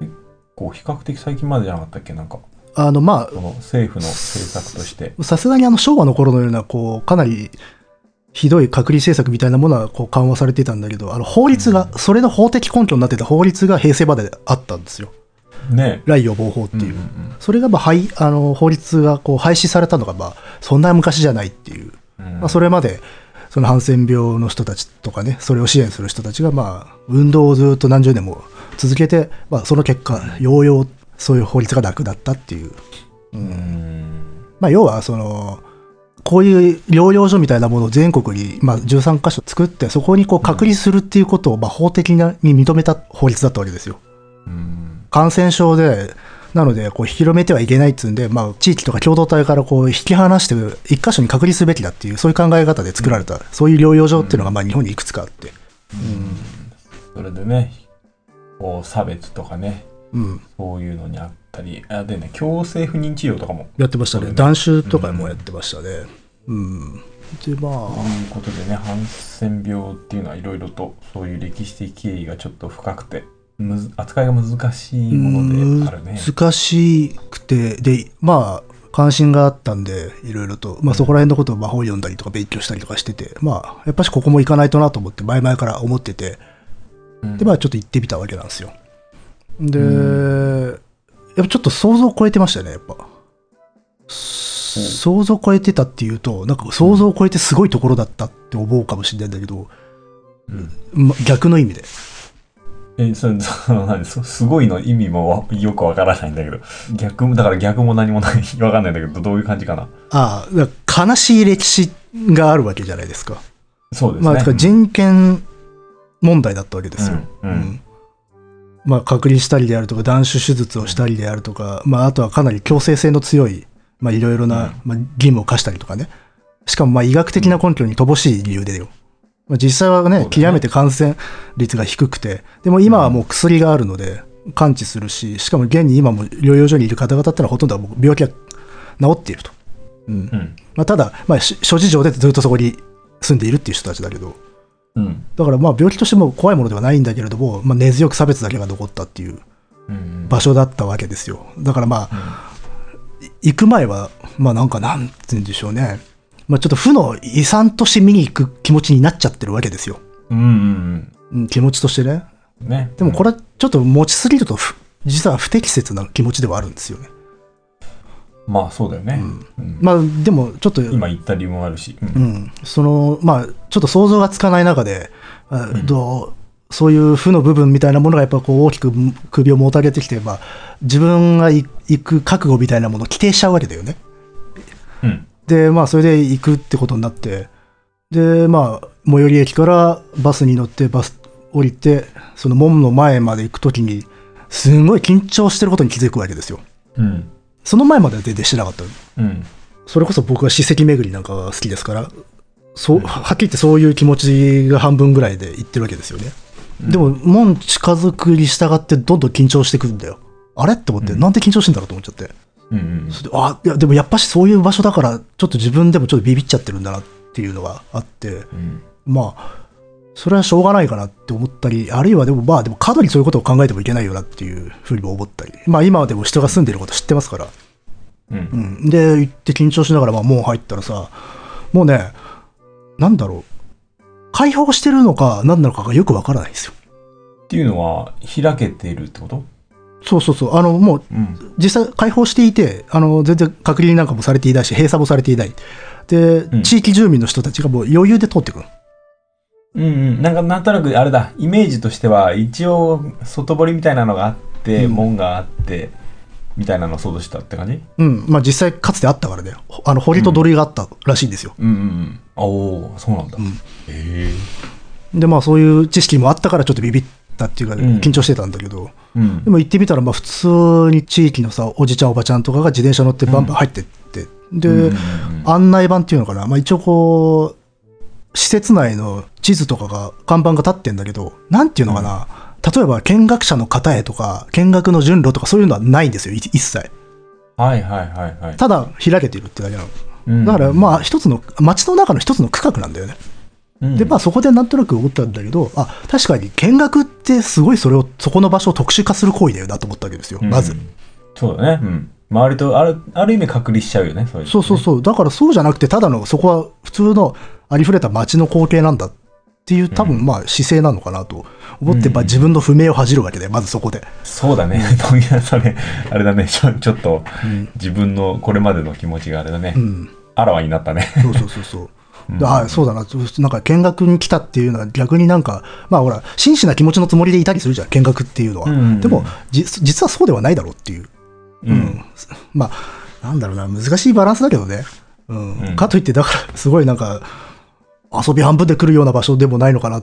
Speaker 1: 結構比較的最近までじゃなかったっけなんか、
Speaker 2: あの、ま
Speaker 1: その政府の政策として。
Speaker 2: あ、さすがにあの昭和の頃のような、こう、かなりひどい隔離政策みたいなものはこう緩和されていたんだけど、あの法律が、
Speaker 1: う
Speaker 2: それの法的根拠になってた法律が平成まであったんですよ。
Speaker 1: ね。
Speaker 2: 雷予防法っ
Speaker 1: う
Speaker 2: て
Speaker 1: んう
Speaker 2: い
Speaker 1: ん
Speaker 2: う。
Speaker 1: うん
Speaker 2: それがまあ、はい、あの、法律がこう廃止されたのが、まあ、そんな昔じゃないっていう。
Speaker 1: うん
Speaker 2: まあ、それまで、そのハンセン病の人たちとかね、それを支援する人たちが、まあ、運動をずっと何十年も続けて、まあ、その結果、ようよう、そういう法律がなくなったっていう。う
Speaker 1: うんん
Speaker 2: まあ、要はそのこういう療養所みたいなものを全国に、まあ、13カ所作ってそこにこう隔離するっていうことをまあ法的なに認めた法律だったわけですよ。
Speaker 1: うん
Speaker 2: 感染症でなのでこう広めてはいけないっつうんで、まあ、地域とか共同体からこう引き離して一箇所に隔離すべきだっていうそういう考え方で作られた、そういう療養所っていうのがまあ日本にいくつかあって、
Speaker 1: それでね、こう差別とかね、
Speaker 2: うん、
Speaker 1: そういうのにあったり、あでね、強制不妊治療とかも。
Speaker 2: やってました
Speaker 1: そう
Speaker 2: ね
Speaker 1: だね
Speaker 2: 断酒とかもやってましたね。うんでま
Speaker 1: と
Speaker 2: あ
Speaker 1: いうことでね、ハンセン病っていうのはいろいろとそういう歴史的経緯がちょっと深くて、むず扱いが難しいものであるね。
Speaker 2: 難しくてでまあ関心があったんでいろいろと、まあ、そこら辺のことをまあ本読んだりとか勉強したりとかしててまあやっぱしここも行かないとなと思って前々から思ってて
Speaker 1: うん
Speaker 2: でまあちょっと行ってみたわけなんですよで、
Speaker 1: う
Speaker 2: やっぱちょっと想像を超えてましたよねやっぱ想像を超えてたっていうとなんか想像を超えてすごいところだったって思うかもしれないんだけど、
Speaker 1: うん
Speaker 2: ま逆の意味で
Speaker 1: え、それ、 その何そすごいの意味もわよくわからないんだけど、逆も、だから逆も何もない、 わかんないんだけど、どういう感じかな。
Speaker 2: ああだから悲しい歴史があるわけじゃないですか
Speaker 1: そうですね。
Speaker 2: まあ、だから人権問題だったわけですよ。
Speaker 1: うんう
Speaker 2: うんんまあ、隔離したりであるとか、断種手術をしたりであるとか、まあ、あとはかなり強制性の強い、まあ、いろいろな、まあ、義務を課したりとかね。しかも、まあ、医学的な根拠に乏しい理由でよ。まあ、実際は
Speaker 1: うだ
Speaker 2: ね
Speaker 1: ね、
Speaker 2: 極めて感染率が低くて、でも今はもう薬があるので、完治するし、しかも現に今も療養所にいる方々ってのはほとんどはもう病気が治っていると。うん
Speaker 1: うん。
Speaker 2: まあ、ただ、まあ、し諸事情でずっとそこに住んでいるっていう人たちだけど、
Speaker 1: うん。
Speaker 2: だからまあ病気としても怖いものではないんだけれども、まあ、根強く差別だけが残ったっていう
Speaker 1: うん。
Speaker 2: 場所だったわけですよだからまあ、い行く前はまあなんかなんて言うんでしょうね、まあ、ちょっと負の遺産として見に行く気持ちになっちゃってるわけですよ、
Speaker 1: うんうん
Speaker 2: うん、気持ちとしてね
Speaker 1: うん。ね。
Speaker 2: でもこ
Speaker 1: れ、
Speaker 2: れはちょっと持ちすぎるとふ実は不適切な気持ちではあるんですよね
Speaker 1: まあそうだよね。うん
Speaker 2: まあでもちょっと
Speaker 1: 今言った理由もあるし。うん
Speaker 2: うん、そのまあちょっと想像がつかない中で、あどうそういう負の部分みたいなものがやっぱこう大きく首をもたげてきて、まあ、自分がい行く覚悟みたいなものを規定しちゃうわけだよね。
Speaker 1: うん。
Speaker 2: でまあそれで行くってことになってでまあ最寄り駅からバスに乗ってバス降りてその門の前まで行く時にすごい緊張してることに気づくわけですよ。
Speaker 1: うん。
Speaker 2: その前までは全然してなかった
Speaker 1: うん。
Speaker 2: それこそ僕は史跡巡りなんかが好きですから、そう、
Speaker 1: うん
Speaker 2: はっきり言ってそういう気持ちが半分ぐらいで言ってるわけですよね。でも、門近づくに従ってどんどん緊張してくるんだよ。あれって思って、
Speaker 1: うん
Speaker 2: なんで緊張してんだろうと思っちゃって。
Speaker 1: うんうん。
Speaker 2: それであ、いや、でもやっぱしそういう場所だから、ちょっと自分でもちょっとビビっちゃってるんだなっていうのがあって、
Speaker 1: うん
Speaker 2: まあ、それはしょうがないかなって思ったり、あるいはでもまあ、でも過度にそういうことを考えてもいけないよなっていうふうにも思ったり、まあ今はでも人が住んでること知ってますから、
Speaker 1: う。
Speaker 2: うんん、で行って緊張しながら、まあ、門入ったらさもうね、なんだろう。解放してるのか、何なのかがよくわからないんですよ。
Speaker 1: っていうのは、開けてるってこと
Speaker 2: そうそうそう。あの、もう、
Speaker 1: うん。
Speaker 2: 実際解放していて、あの、全然隔離なんかもされていないし、閉鎖もされていない。で、
Speaker 1: ん
Speaker 2: 地域住民の人たちがもう余裕で通ってくる。
Speaker 1: うんうん。なんか、なんとなく、あれだ、イメージとしては、一応、外堀みたいなのがあって、
Speaker 2: うん
Speaker 1: 門があって、みたいなのを想像したって感じ
Speaker 2: うん。まあ実際かつてあったからね、ほあの、堀と土塁があったらしいんですよ。
Speaker 1: うんうんうん。おお、そうなんだ。
Speaker 2: ん
Speaker 1: へえ。
Speaker 2: で、まあそういう知識もあったからちょっとビビったっていうか、
Speaker 1: ん
Speaker 2: 緊張してたんだけど、
Speaker 1: うん
Speaker 2: で。も行ってみたら、まあ普通に地域のさ、おじちゃんおばちゃんとかが自転車乗ってバンバン入ってって、で、
Speaker 1: うんうんうん
Speaker 2: 案内板っていうのかな、まあ、一応こう施設内の地図とかが看板が立ってんだけどなんていうのかな、例えば見学者の方へとか見学の順路とかそういうのはないんですよい一切
Speaker 1: はいはいはいはい。
Speaker 2: ただ開けてるってだけなの
Speaker 1: うん
Speaker 2: だからまあ一つの街の中の一つの区画なんだよね、
Speaker 1: うん
Speaker 2: でまあそこでなんとなく思ったんだけどあ確かに見学ってすごいそれをそこの場所を特殊化する行為だよなと思ったわけですよ、
Speaker 1: うん
Speaker 2: まず
Speaker 1: そうだね。うん。周りと、ある、ある意味隔離しちゃうよね、そういうのね
Speaker 2: そうそうそう。だからそうじゃなくて、ただの、そこは普通のありふれた街の光景なんだっていう、多分まあ姿勢なのかなと思って、
Speaker 1: うん
Speaker 2: まあ自分の不明を恥じるわけで、まずそこで。
Speaker 1: そうだね。 問屋それ、あれだね。ちょちょっと
Speaker 2: ん、
Speaker 1: 自分のこれまでの気持ちがあれだね
Speaker 2: う。ん。
Speaker 1: あらわになったね。
Speaker 2: そうそうそう そう。であそうだな、なんか見学に来たっていうのは、逆になんか、まあほら、真摯な気持ちのつもりでいたりするじゃん、見学っていうのは。
Speaker 1: うんうんうん
Speaker 2: でもじ、実はそうではないだろうっていう、
Speaker 1: う。
Speaker 2: うんんまあ、なんだろうな、難しいバランスだけどね。うん
Speaker 1: うん
Speaker 2: かといって、だから、すごいなんか、遊び半分で来るような場所でもないのかな。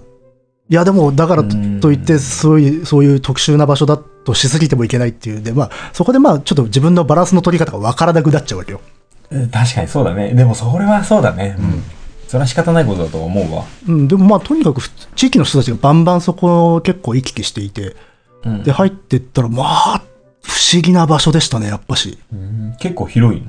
Speaker 2: いや、でも、だからと
Speaker 1: うん
Speaker 2: といって、そういう、そういう特殊な場所だとしすぎてもいけないっていうんで、まあ、そこでまあ、ちょっと自分のバランスの取り方がわからなくなっちゃうわけよ。
Speaker 1: 確かにそうだね。でもそれはそうだね。うん。それは仕方ないことだと思うわ。
Speaker 2: うん、でもまあ、とにかく、ふ地域の人たちがバンバンそこを結構行き来していて、
Speaker 1: うん
Speaker 2: で、入ってったら、まあ、不思議な場所でしたね、やっぱし。
Speaker 1: うん結構広いの。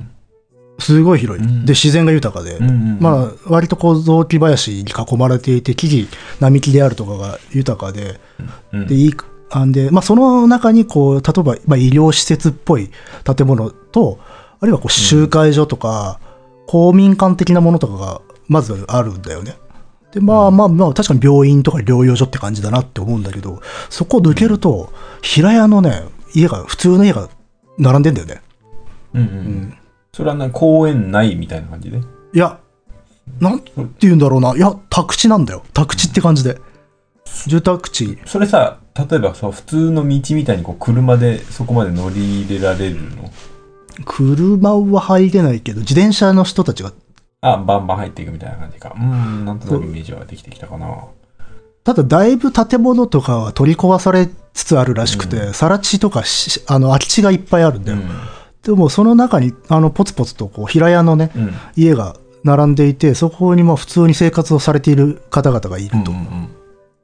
Speaker 2: すごい広い。
Speaker 1: うん
Speaker 2: で、自然が豊かで。
Speaker 1: うんうんあ、
Speaker 2: まあ、割とこう雑木林に囲まれていて木々並木であるとかが豊かで
Speaker 1: うん
Speaker 2: でいいあんで、まあ、その中にこう例えば、まあ、医療施設っぽい建物とあるいはこう集会所とか、公民館的なものとかがまずあるんだよね。でまあまあまあ確かに病院とか療養所って感じだなって思うんだけどそこを抜けると平屋のね家が普通の家が並んでんだよね。
Speaker 1: うんうん。それはね、公園内みたいな感じで。
Speaker 2: いや、なんて言うんだろうな。いや、宅地なんだよ。宅地って感じで。住宅地。
Speaker 1: それさ、例えばさ、普通の道みたいにこう車でそこまで乗り入れられるの
Speaker 2: 車は入れないけど、自転車の人たちが、
Speaker 1: あ、バンバン入っていくみたいな感じか。うん、なんとなくイメージはできてきたかな。
Speaker 2: ただだいぶ建物とかは取り壊されつつあるらしくて、更地とかしあの空き地がいっぱいあるんだ
Speaker 1: う
Speaker 2: よ。
Speaker 1: ん。
Speaker 2: でもその中に、あの、ポツポツとこう平屋のね、
Speaker 1: うん。
Speaker 2: 家が並んでいて、そこにまあ普通に生活をされている方々がいると。
Speaker 1: うんうん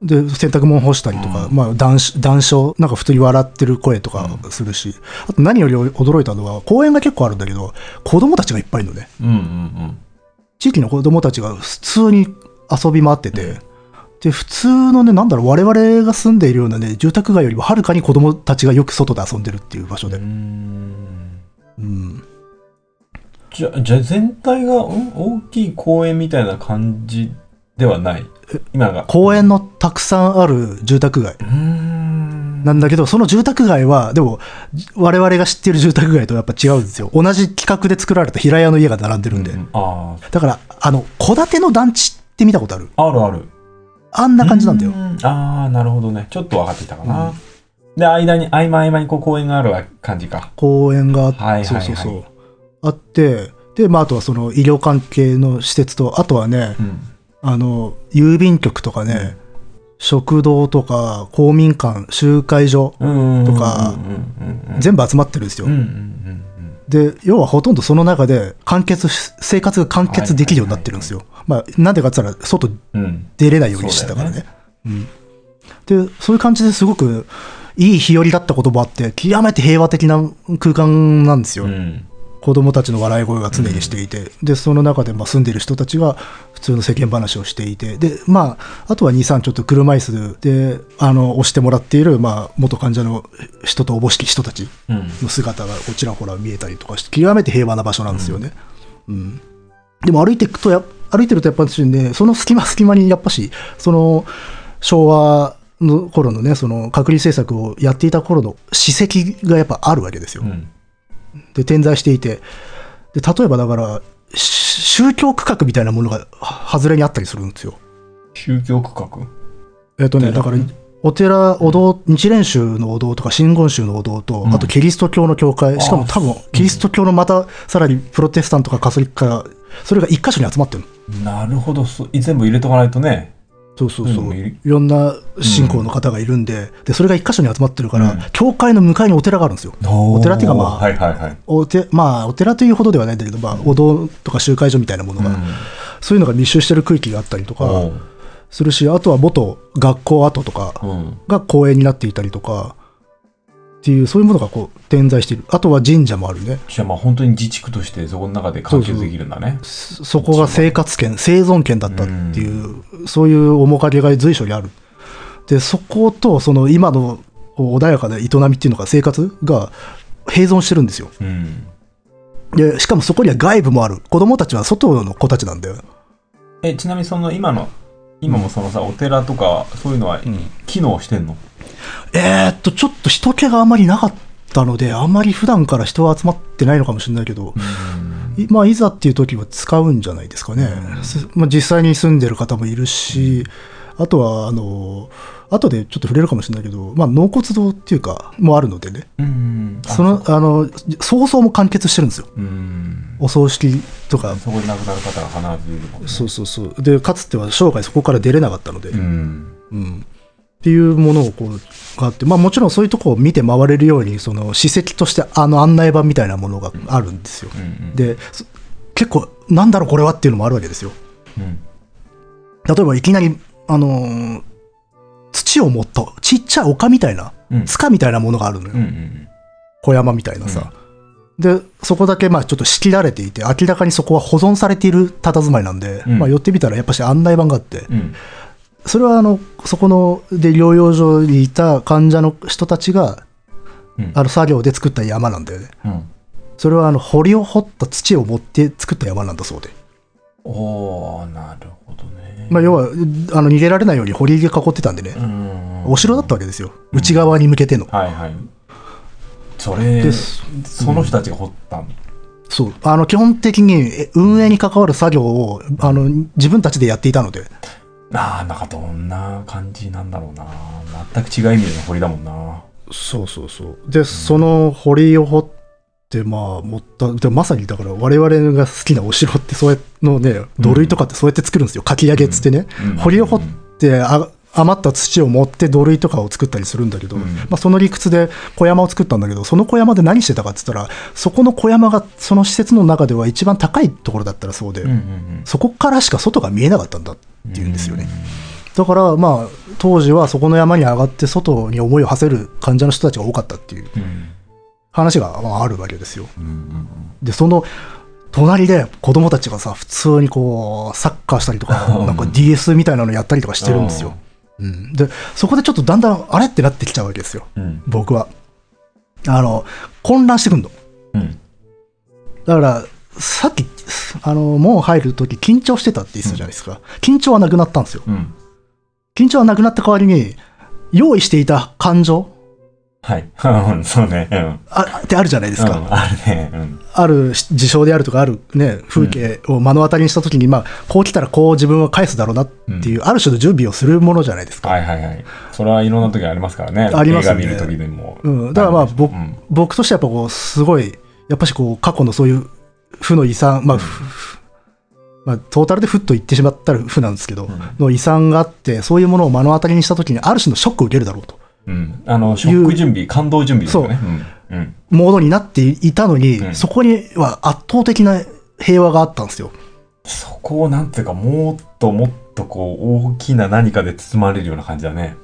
Speaker 2: で洗濯物干したりとか、
Speaker 1: う
Speaker 2: まあ、談笑談笑なんか普通に笑ってる声とかするし、あと何より驚いたのは公園が結構あるんだけど子供たちがいっぱいいるのね
Speaker 1: うんうん
Speaker 2: 地域の子供たちが普通に遊び回ってて、で普通のねなんだろう我々が住んでいるようなね住宅街よりもはるかに子供たちがよく外で遊んでるっていう場所
Speaker 1: うん。うー
Speaker 2: で、
Speaker 1: ん。
Speaker 2: うん
Speaker 1: じゃ、じゃあ全体が、うん、大きい公園みたいな感じではない。今が。
Speaker 2: 公園のたくさんある住宅街
Speaker 1: うーん。
Speaker 2: なんだけど、その住宅街は、でも、我々が知ってる住宅街とやっぱ違うんですよ。同じ企画で作られた平屋の家が並んでるんで。
Speaker 1: うんああ、
Speaker 2: だから、あの、戸建ての団地って見たことある
Speaker 1: あるある。
Speaker 2: あんな感じなんだよ
Speaker 1: う。ーん。ああ、なるほどね。ちょっと分かってきたかな。で、間に、合間合間にこう公園がある感じか。
Speaker 2: 公園があって、
Speaker 1: はいはいはい
Speaker 2: そうそうそう。あって、で、まあ、あとはその医療関係の施設と、あとはね、
Speaker 1: うん。
Speaker 2: あの、郵便局とかね、食堂とか、公民館、集会所、
Speaker 1: うん。
Speaker 2: とか
Speaker 1: うんうんうんうん。
Speaker 2: 全部集まってるんですよ。
Speaker 1: うんうんうんうん。
Speaker 2: で、要はほとんどその中で完結し、生活が完結できるようになってるんですよ。まあ、なんでかって言ったら、外
Speaker 1: うん。
Speaker 2: 出れないようにしてたからね
Speaker 1: そう。
Speaker 2: うん、でそういう感じですごくいい日和だったこともあって極めて平和的な空間なんですよ、
Speaker 1: うん。
Speaker 2: 子供たちの笑い声が常にしていて、でその中でまあ住んでる人たちが普通の世間話をしていてでまああとは23ちょっと車椅子であの押してもらっている、まあ、元患者の人とおぼしき人たち
Speaker 1: うん。
Speaker 2: の姿がこちらほら見えたりとかして極めて平和な場所なんですよね。うんでも歩いていくとや歩いてるとやっぱりね、その隙間隙間にやっぱし、その昭和の頃のね、その隔離政策をやっていた頃の史跡がやっぱあるわけですよ。
Speaker 1: うん。
Speaker 2: で、点在していて。で、例えばだから、し宗教区画みたいなものがは外れにあったりするんですよ。
Speaker 1: 宗教区画
Speaker 2: えっとね、
Speaker 1: 寺
Speaker 2: だから、お寺、お堂、日蓮宗のお堂とか、真言宗のお堂と、
Speaker 1: うん
Speaker 2: あとキリスト教の教会、しかも多分
Speaker 1: あ、
Speaker 2: キリスト教のまた、さらにプロテスタントかカトリックか、それが一箇所に集まってるの。
Speaker 1: なるほどそう全部入れとかないとね
Speaker 2: そうそうそうう。
Speaker 1: ん
Speaker 2: いろんな信仰の方がいるんで、で、それが一箇所に集まってるから、
Speaker 1: うん
Speaker 2: 教会の向かいにお寺があるんですよ。
Speaker 1: お
Speaker 2: 寺っていうかまあ
Speaker 1: はいはいはい、
Speaker 2: おてまあ、お寺というほどではないんだけど、まあ、お堂とか集会所みたいなものが、
Speaker 1: う
Speaker 2: そういうのが密集してる区域があったりとか
Speaker 1: ん
Speaker 2: するし、あとは元学校跡とか
Speaker 1: うんうん
Speaker 2: が公園になっていたりとか、っていう、そういうものがこう、点在している。あとは神社もあるね。
Speaker 1: じゃあまあ本当に自治区としてそこの中で完結できるんだね
Speaker 2: そそこが生活圏、生存圏だったっていう、そういう面影が随所にある。で、そこと、その今のこう穏やかな営みっていうのが、生活が併存してるんですよ。
Speaker 1: うん
Speaker 2: で、しかもそこには外部もある。子供たちは外の子たちなんだよ。
Speaker 1: えちなみにその今の今もそのさお寺とかそういうのは機能してんの、
Speaker 2: えーっと、ちょっと人気があまりなかったので、あまり普段から人は集まってないのかもしれないけど、いまあ、いざっていう時は使うんじゃないですかね。すまあ、実際に住んでる方もいるし、あとは、あの、後でちょっと触れるかもしれないけど、まあ、納骨堂っていうか、もあるのでね、
Speaker 1: うん
Speaker 2: その、あの、葬送も完結してるんですよ。
Speaker 1: うん
Speaker 2: お葬式とか。
Speaker 1: そこで亡くなる方が必ずいるもんね
Speaker 2: そうそうそう。で、かつては生涯そこから出れなかったので、
Speaker 1: うん
Speaker 2: うんっていうものをこうがあって、まあ、もちろんそういうとこを見て回れるようにその史跡としてあの案内板みたいなものがあるんですよ
Speaker 1: う。ん
Speaker 2: でそ結構なんだろうこれはっていうのもあるわけですよ。
Speaker 1: うん
Speaker 2: 例えばいきなり、あのー土を持ったちっちゃい丘みたいな
Speaker 1: うん
Speaker 2: 塚みたいなものがあるのよ、
Speaker 1: うんうん
Speaker 2: 小山みたいなさ。でそこだけまあちょっと仕切られていて明らかにそこは保存されている佇まいなんで、
Speaker 1: うん
Speaker 2: まあ、寄ってみたらやっぱし案内板があって、
Speaker 1: うん
Speaker 2: それはあのそこので療養所にいた患者の人たちが
Speaker 1: うん
Speaker 2: あの作業で作った山なんだよね
Speaker 1: うん
Speaker 2: それはあの堀を掘った土を持って作った山なんだそうで、
Speaker 1: おーなるほどね
Speaker 2: まあ、要はあの逃げられないように堀で囲ってたんでね
Speaker 1: うん
Speaker 2: お城だったわけですよ内側に向けての
Speaker 1: はいはいそれ
Speaker 2: です
Speaker 1: その人たちが掘ったの
Speaker 2: そうあの基本的にえ運営に関わる作業をあの自分たちでやっていたので
Speaker 1: ああなんかどんな感じなんだろうな全く違う意味での掘りだもんな
Speaker 2: そうそうそうでその堀を掘ってまあ持ったでまさにだから我々が好きなお城ってそうやのね土塁とかってそうやって作るんですよ、かき上げっつってね、
Speaker 1: うん
Speaker 2: 堀を掘ってあ余った土を持って土塁とかを作ったりするんだけど、
Speaker 1: うん
Speaker 2: まあ、その理屈で小山を作ったんだけどその小山で何してたかっつったらそこの小山がその施設の中では一番高いところだったらそうで、
Speaker 1: うんうん
Speaker 2: そこからしか外が見えなかったんだっていうんですよね。だからまあ当時はそこの山に上がって外に思いを馳せる患者の人たちが多かったっていう
Speaker 1: うんうん
Speaker 2: 話がまああるわけですよ。
Speaker 1: うんうん
Speaker 2: でその隣で子供たちがさ普通にこうサッカーしたりと か
Speaker 1: うん
Speaker 2: なんか DS みたいなのやったりとかしてるんですよ。うん、でそこでちょっとだんだんあれってなってきちゃうわけですよ
Speaker 1: うん
Speaker 2: 僕は。あの混乱してくんの。
Speaker 1: うん
Speaker 2: だからさっきあの門入る時緊張してたって言ってたじゃないですか、緊張はなくなったんですよ。
Speaker 1: うん
Speaker 2: 緊張はなくなった代わりに、用意していた感情
Speaker 1: はい うんそうねうん
Speaker 2: あってあるじゃないですか。
Speaker 1: うんあるねうん
Speaker 2: ある事象であるとか、あるね、風景を目の当たりにしたときに、まあ、こう来たらこう自分は返すだろうなっていう、ある種の準備をするものじゃないですか。
Speaker 1: はいはいはいそれはいろんな時ありますからね
Speaker 2: ありますよね
Speaker 1: 映画見る時でも
Speaker 2: うん。だからまあ、ぼ
Speaker 1: うん
Speaker 2: 僕としてはやっぱこう、すごい、やっぱしこう、過去のそういう負の遺産、まあ、ふふまあ、トータルでふっと言ってしまったら負なんですけど、の遺産があって、そういうものを目の当たりにしたときに、ある種のショックを受けるだろうと。
Speaker 1: うんあのショック準備感動準備ですよねうんうん
Speaker 2: モードになっていたのに、
Speaker 1: うん
Speaker 2: そこには圧倒的な平和があったんですよ。
Speaker 1: そこをなんていうかもっともっとこう大きな何かで包まれるような感じだね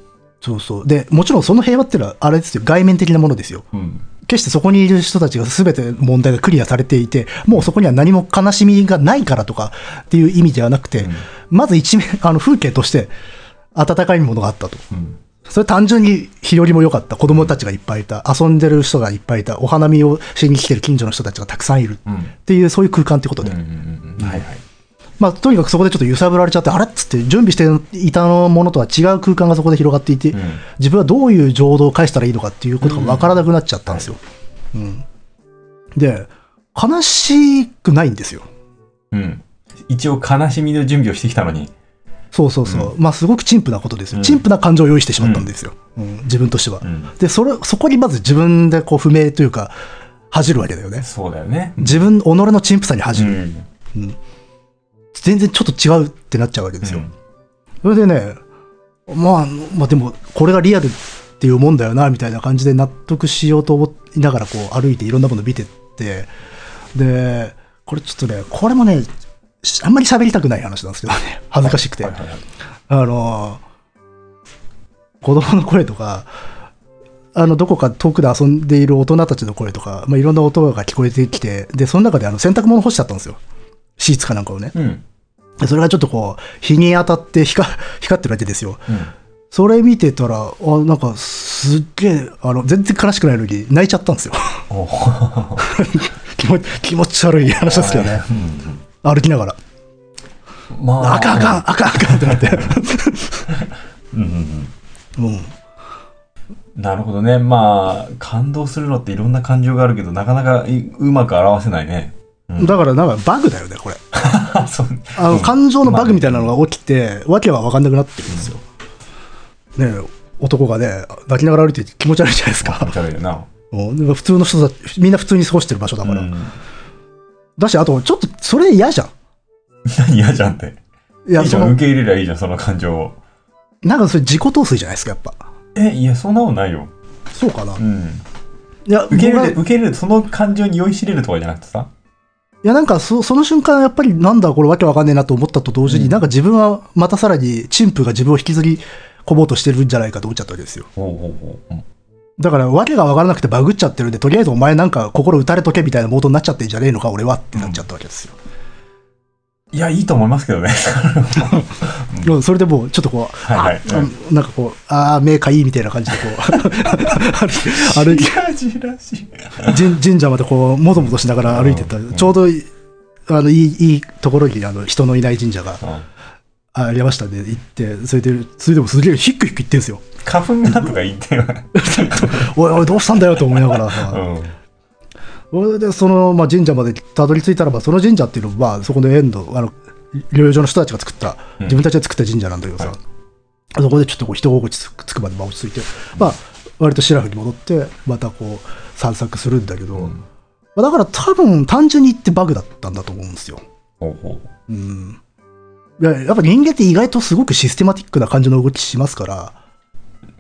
Speaker 2: そうそう。で、もちろんその平和っていうのは、あれですよ、外面的なものですよ。
Speaker 1: うん
Speaker 2: 決してそこにいる人たちが全て問題がクリアされていて、もうそこには何も悲しみがないからとかっていう意味ではなくて、
Speaker 1: ん
Speaker 2: まず一面、 あの風景として温かいものがあったと。
Speaker 1: うん
Speaker 2: それ単純に日和も良かった。子供たちがいっぱいいた。遊んでる人がいっぱいいた。お花見をしに来てる近所の人たちがたくさんいる。
Speaker 1: うん
Speaker 2: っていう、そういう空間ってことで。
Speaker 1: うんうんうんはいはい
Speaker 2: まあ、とにかくそこでちょっと揺さぶられちゃって、あれっつって、準備していたものとは違う空間がそこで広がっていて、
Speaker 1: うん
Speaker 2: 自分はどういう情動を返したらいいのかっていうことが分からなくなっちゃったんですよ。うんで、悲しくないんですよ。
Speaker 1: うん。一応悲しみの準備をしてきたのに。
Speaker 2: そうそうそう、まあ、すごく陳腐なことですよ、
Speaker 1: うん
Speaker 2: 陳腐な感情を用意してしまったんですよ、うん自分としては。
Speaker 1: うん。
Speaker 2: でそれ、そこにまず自分でこう不明というか、恥じるわけだよね。
Speaker 1: そうだよね。
Speaker 2: 自分、己の陳腐さに恥じる、
Speaker 1: ん。
Speaker 2: 全然ちょっと違うってなっちゃうわけですよ。それでね、まあ、まあ、でも、これがリアルっていうもんだよな、みたいな感じで納得しようと思いながら、こう、歩いていろんなもの見てって、で、これちょっとね、これもね、しあんまり喋りたくない話なんですけどね、 恥ずかしくて。
Speaker 1: はいはいはい
Speaker 2: あのー子供の声とか、あの、どこか遠くで遊んでいる大人たちの声とか、まあ、いろんな音が聞こえてきて、で、その中であの洗濯物干しちゃったんですよ。シーツかなんかをね。
Speaker 1: うん。
Speaker 2: でそれがちょっとこう、日に当たって光光ってるわけですよ。
Speaker 1: うん。
Speaker 2: それ見てたら、あ、なんかすっげえ、あの、全然悲しくないのに泣いちゃったんですよ。
Speaker 1: おー
Speaker 2: 気持ち気持ち悪い話ですけどね。歩きながら。
Speaker 1: うんま
Speaker 2: あかんあかん、あかんあかんってなって。
Speaker 1: うんうんうん
Speaker 2: うん。
Speaker 1: なるほどね。まあ、感動するのっていろんな感情があるけど、なかなかいうまく表せないね。うん
Speaker 2: だからなんかバグだよね、これ。
Speaker 1: あそう
Speaker 2: あの、感情のバグみたいなのが起きて、わけは分かんなくなってるんですよ。ねえ男がね、泣きながら歩いてて気持ち悪いじゃないです
Speaker 1: 気持
Speaker 2: か。
Speaker 1: ち悪いよな。
Speaker 2: うんでも普通の人たち、みんな普通に過ごしてる場所だから。
Speaker 1: うん
Speaker 2: だし、あと、ちょっと、それ嫌じゃん。
Speaker 1: 何嫌じゃんって。
Speaker 2: いや、
Speaker 1: いいじ
Speaker 2: そ
Speaker 1: ゃん、
Speaker 2: の、
Speaker 1: 受け入れりゃいいじゃん、その感情を。
Speaker 2: なんかそれ自己陶酔じゃないですか、やっぱ。
Speaker 1: え、いや、そんなことないよ。
Speaker 2: そうかな。い
Speaker 1: うん。
Speaker 2: や、
Speaker 1: 受け入
Speaker 2: 僕
Speaker 1: れ
Speaker 2: は
Speaker 1: る、受け入れる、その感情に酔いしれるとかじゃなくてさ。
Speaker 2: いや、なんかそ、その瞬間、やっぱり、なんだ、これわけわかんねえなと思ったと同時に、
Speaker 1: うん
Speaker 2: なんか自分は、またさらに、陳腐が自分を引きずり込もうとしてるんじゃないかと思っちゃったわけですよ。
Speaker 1: ほうほうほう。うん
Speaker 2: だから、わけがわからなくてバグっちゃってるんで、とりあえずお前なんか心打たれとけみたいなモードになっちゃってんじゃねえのか、俺はってなっちゃったわけですよ。
Speaker 1: いや、いいと思いますけどね。
Speaker 2: うんそれでもう、ちょっとこう、
Speaker 1: はいはい
Speaker 2: あうんなんかこう、あー、目かいいみたいな感じで、こう、歩いて、
Speaker 1: 味らしい。
Speaker 2: 神神社までこう、もぞもぞしながら歩いてった、
Speaker 1: うん
Speaker 2: ちょうどいい、あの、いい、いいところに、あの、人のいない神社が
Speaker 1: うん
Speaker 2: あありましたね、行って、それで、それでもすげえヒックヒック言ってんすよ。
Speaker 1: 花粉がとか言ってよ。
Speaker 2: おいおい、どうしたんだよと思いながら
Speaker 1: う
Speaker 2: さ。
Speaker 1: ん。
Speaker 2: それで、その、まあ、神社までたどり着いたらば、その神社っていうのは、まあ、そこの縁の、あの、療養所の人たちが作った、
Speaker 1: うん
Speaker 2: 自分たちで作った神社なんだけどさ、
Speaker 1: はい
Speaker 2: そこでちょっとこう、一心地つくつくまでまあ落ち着いて、まあ、割とシラフに戻って、またこう、散策するんだけど、
Speaker 1: うん
Speaker 2: まあ、だから多分、単純に言ってバグだったんだと思うんですよ。
Speaker 1: ほうほ
Speaker 2: うん。いややっぱ人間って意外とすごくシステマティックな感じの動きしますから、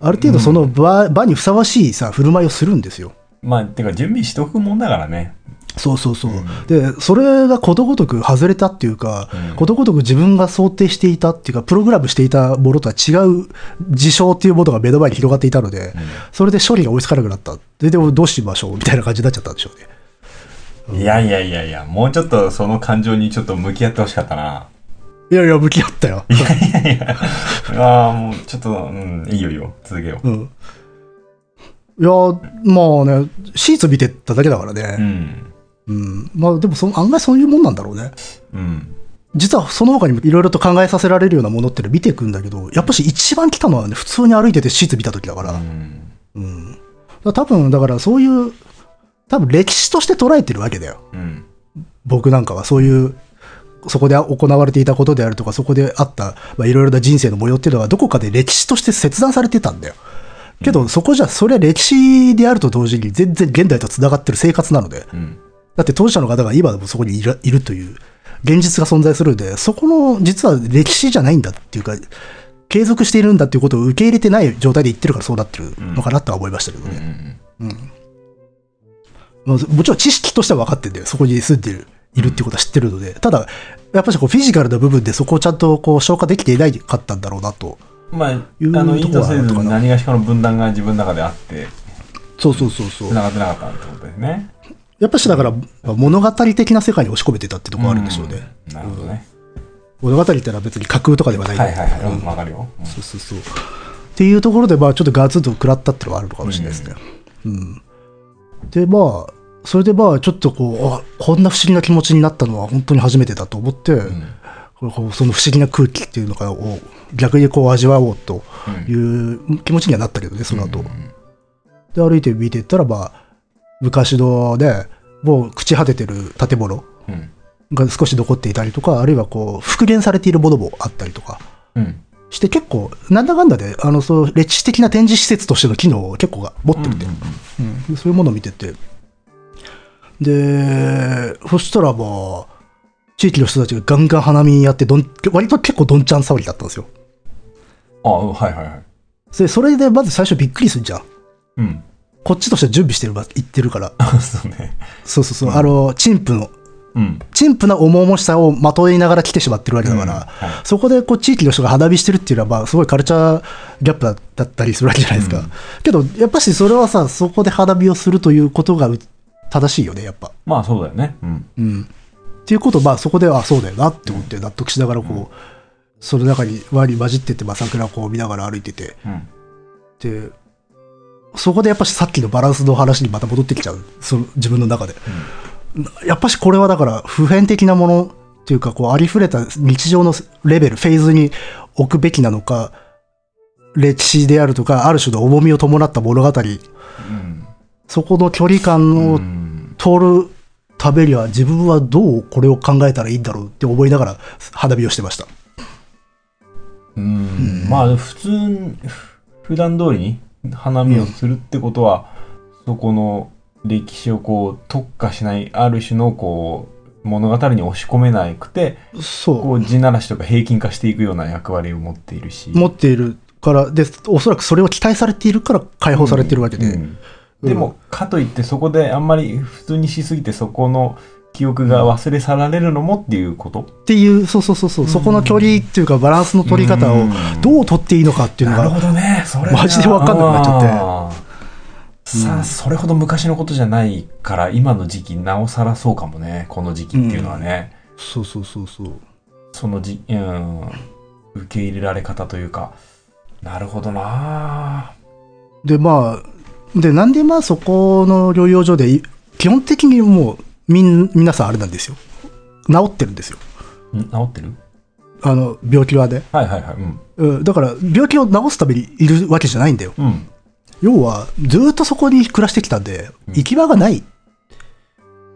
Speaker 2: ある程度その場,、場にふさわしいさ、振る舞いをするんですよ。
Speaker 1: う。まあ、てか、準備しとくもんだからね。
Speaker 2: そうそうそう。
Speaker 1: うん
Speaker 2: で、それがことごとく外れたっていうか、
Speaker 1: うん
Speaker 2: ことごとく自分が想定していたっていうか、プログラムしていたものとは違う事象っていうものが目の前に広がっていたので、それで処理が追いつかなくなった。で、でもどうしましょうみたいな感じになっちゃったんでしょうね。
Speaker 1: いやいやいやいや、もうちょっとその感情にちょっと向き合ってほしかったな。
Speaker 2: いやいや、向き合ったよ。
Speaker 1: いやいやいや。ああ、もうちょっと、うん、いいよいいよ。続けよう。
Speaker 2: うん。いや、まあね、シーツ見てただけだから
Speaker 1: う
Speaker 2: ね。
Speaker 1: ん。
Speaker 2: うん。まあでもその、案外そういうもんなんだろうね。
Speaker 1: うん。
Speaker 2: 実はその他にもいろいろと考えさせられるようなものっての見ていくんだけど、やっぱし一番来たのはね、普通に歩いててシーツ見た時だから。
Speaker 1: うん
Speaker 2: うん。だから多分、だからそういう、多分歴史として捉えてるわけだよ。
Speaker 1: うん。
Speaker 2: 僕なんかはそういう、そこで行われていたことであるとか、そこであった、まあ、いろいろな人生の模様っていうのは、どこかで歴史として切断されてたんだよ。けど、そこじゃ、それは歴史であると同時に、全然現代と繋がってる生活なので、
Speaker 1: うん。
Speaker 2: だって当事者の方が今でもそこにいるいるという、現実が存在するんで、そこの、実は歴史じゃないんだっていうか、継続しているんだっていうことを受け入れてない状態で言ってるからそうなってるのかなとは思いましたけど
Speaker 1: うんう
Speaker 2: ね。
Speaker 1: ん。
Speaker 2: まあもちろん知識としては分かってんだよ。そこに住んでる、いるってことは知ってるので。ただ、やっぱりこうフィジカルな部分でそこをちゃんとこう消化できていないかったんだろうなと。
Speaker 1: まあ、あ
Speaker 2: いうとこ
Speaker 1: の、
Speaker 2: は
Speaker 1: 意図せ
Speaker 2: なん
Speaker 1: ず
Speaker 2: とかな
Speaker 1: 何がしかの分断が自分の中であって、
Speaker 2: そうそうそうそう。
Speaker 1: 繋がってなかったってことですね。
Speaker 2: やっぱしだから物語的な世界に押し込めてたってところあるんでしょうね。
Speaker 1: うん。なるほどね。
Speaker 2: 物語ってのは別に架空とかではないんだ
Speaker 1: は
Speaker 2: け
Speaker 1: い
Speaker 2: ど
Speaker 1: はいはい。うんわかるよ。うん
Speaker 2: そうそうそう。っていうところで、まあ、ちょっとガツンと食らったってのはあるのかもしれないですね。うん。で、まあ、それでまあ、ちょっとこう、あこんな不思議な気持ちになったのは本当に初めてだと思って、
Speaker 1: うん
Speaker 2: こうこうその不思議な空気っていうのかを逆にこう味わおうという気持ちにはなったけどね、その後。で、歩いて見ていったらば、昔のね、もう朽ち果ててる建物
Speaker 1: うん。
Speaker 2: が少し残っていたりとか、あるいはこう、復元されているものもあったりとか
Speaker 1: うん。
Speaker 2: して、結構、なんだかんだで、あの、そう、歴史的な展示施設としての機能を結構が持ってるって、うんそういうものを見てて。で、そしたらまあ、地域の人たちがガンガン花見やってどん、割と結構どんちゃん騒ぎだったんですよ。
Speaker 1: あ、うんはいはいはい。
Speaker 2: で、それでまず最初びっくりするじゃん。
Speaker 1: うん。
Speaker 2: こっちとしては準備してるば、言ってるから。
Speaker 1: そうね。
Speaker 2: そうそうそう、
Speaker 1: うん
Speaker 2: あの、陳腐の、
Speaker 1: うん。
Speaker 2: 陳腐な重々しさをまといながら来てしまってるわけだから、
Speaker 1: うんは
Speaker 2: そこでこう地域の人が花火してるっていうのは、まあ、すごいカルチャーギャップだだったりするわけじゃないですか。
Speaker 1: うん
Speaker 2: けど、やっぱしそれはさ、そこで花火をするということがう正しいよね、やっぱ。
Speaker 1: まあそうだよね。うん。
Speaker 2: うん。っていうことを、まあ、そこでは、あそうだよなって思って納得しながら、こう、その中に輪に混じってて、まあ、桜をこう見ながら歩いてて、
Speaker 1: うん。
Speaker 2: で、そこでやっぱしさっきのバランスの話にまた戻ってきちゃう、その自分の中で。やっぱしこれはだから普遍的なものっていうかこうありふれた日常のレベルフェーズに置くべきなのか歴史であるとかある種の重みを伴った物語
Speaker 1: うん。
Speaker 2: そこの距離感
Speaker 1: う
Speaker 2: を
Speaker 1: ん。
Speaker 2: 通るためには自分はどうこれを考えたらいいんだろうって思いながら花火をしてました
Speaker 1: うんまあ普通に、普段通りに花見をするってことは、そこの歴史をこう特化しない、ある種のこう、物語に押し込めなくて、
Speaker 2: そ
Speaker 1: こう地ならしとか平均化していくような役割を持っているし。
Speaker 2: う持っているからでおそらくそれを期待されているから解放されているわけで、
Speaker 1: うんでも、かといってそこであんまり普通にしすぎてそこの記憶が忘れ去られるのもっていうこと
Speaker 2: っていうそうそうそうそうそこの距離っていうかバランスの取り方
Speaker 1: う
Speaker 2: を
Speaker 1: ん
Speaker 2: どう取っていいのかっていうのが
Speaker 1: どねそれ
Speaker 2: マジでわかんなくなっちゃって
Speaker 1: ってさあ、それほど昔のことじゃないから今の時期なおさらそうかもねこの時期っていうのはね、
Speaker 2: そうそうそうそう。
Speaker 1: そのじ、うん、受け入れられ方というかなるほどな
Speaker 2: で、まあ、で、なんでまあそこの療養所でい、基本的にもう、みん、皆さんあれなんですよ。治ってるんですよ。
Speaker 1: ん治ってる
Speaker 2: あの、病気はね。
Speaker 1: はいはいはいうん
Speaker 2: うん、だから、病気を治すためにいるわけじゃないんだよ。
Speaker 1: うん
Speaker 2: 要は、ずーっとそこに暮らしてきたんで、行き場がない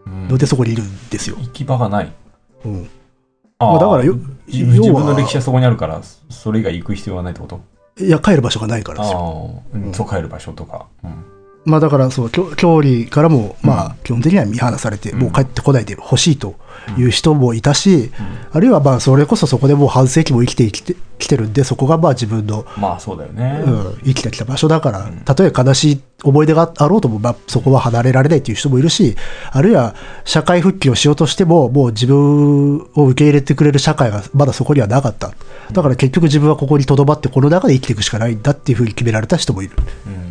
Speaker 1: うん
Speaker 2: のでそこにいるんですよ。
Speaker 1: 行き場がない
Speaker 2: うん。
Speaker 1: あ
Speaker 2: ま
Speaker 1: ー
Speaker 2: あだからよ
Speaker 1: 自分自
Speaker 2: 要は
Speaker 1: 分の歴史はそこにあるからそれ以外行く必要はないってこと
Speaker 2: いや、帰る場所がないから
Speaker 1: あ
Speaker 2: ですよ。
Speaker 1: あ、うん、そう帰る場所とか、うん、
Speaker 2: まあだから、そう、きょ距離からも、まあ、基本的には見放されて、もう帰ってこないでほしいという人もいたし、あるいはまあ、それこそそこでもう半世紀も生きてきてきてるんで、そこがまあ自分の、
Speaker 1: まあそうだよね、
Speaker 2: うん、生きてきた場所だから、たとえ悲しい思い出があろうとも、まあ、そこは離れられないという人もいるし、あるいは社会復帰をしようとしても、もう自分を受け入れてくれる社会がまだそこにはなかった。だから結局自分はここに留まって、この中で生きていくしかないんだっていうふうに決められた人もいる。
Speaker 1: うん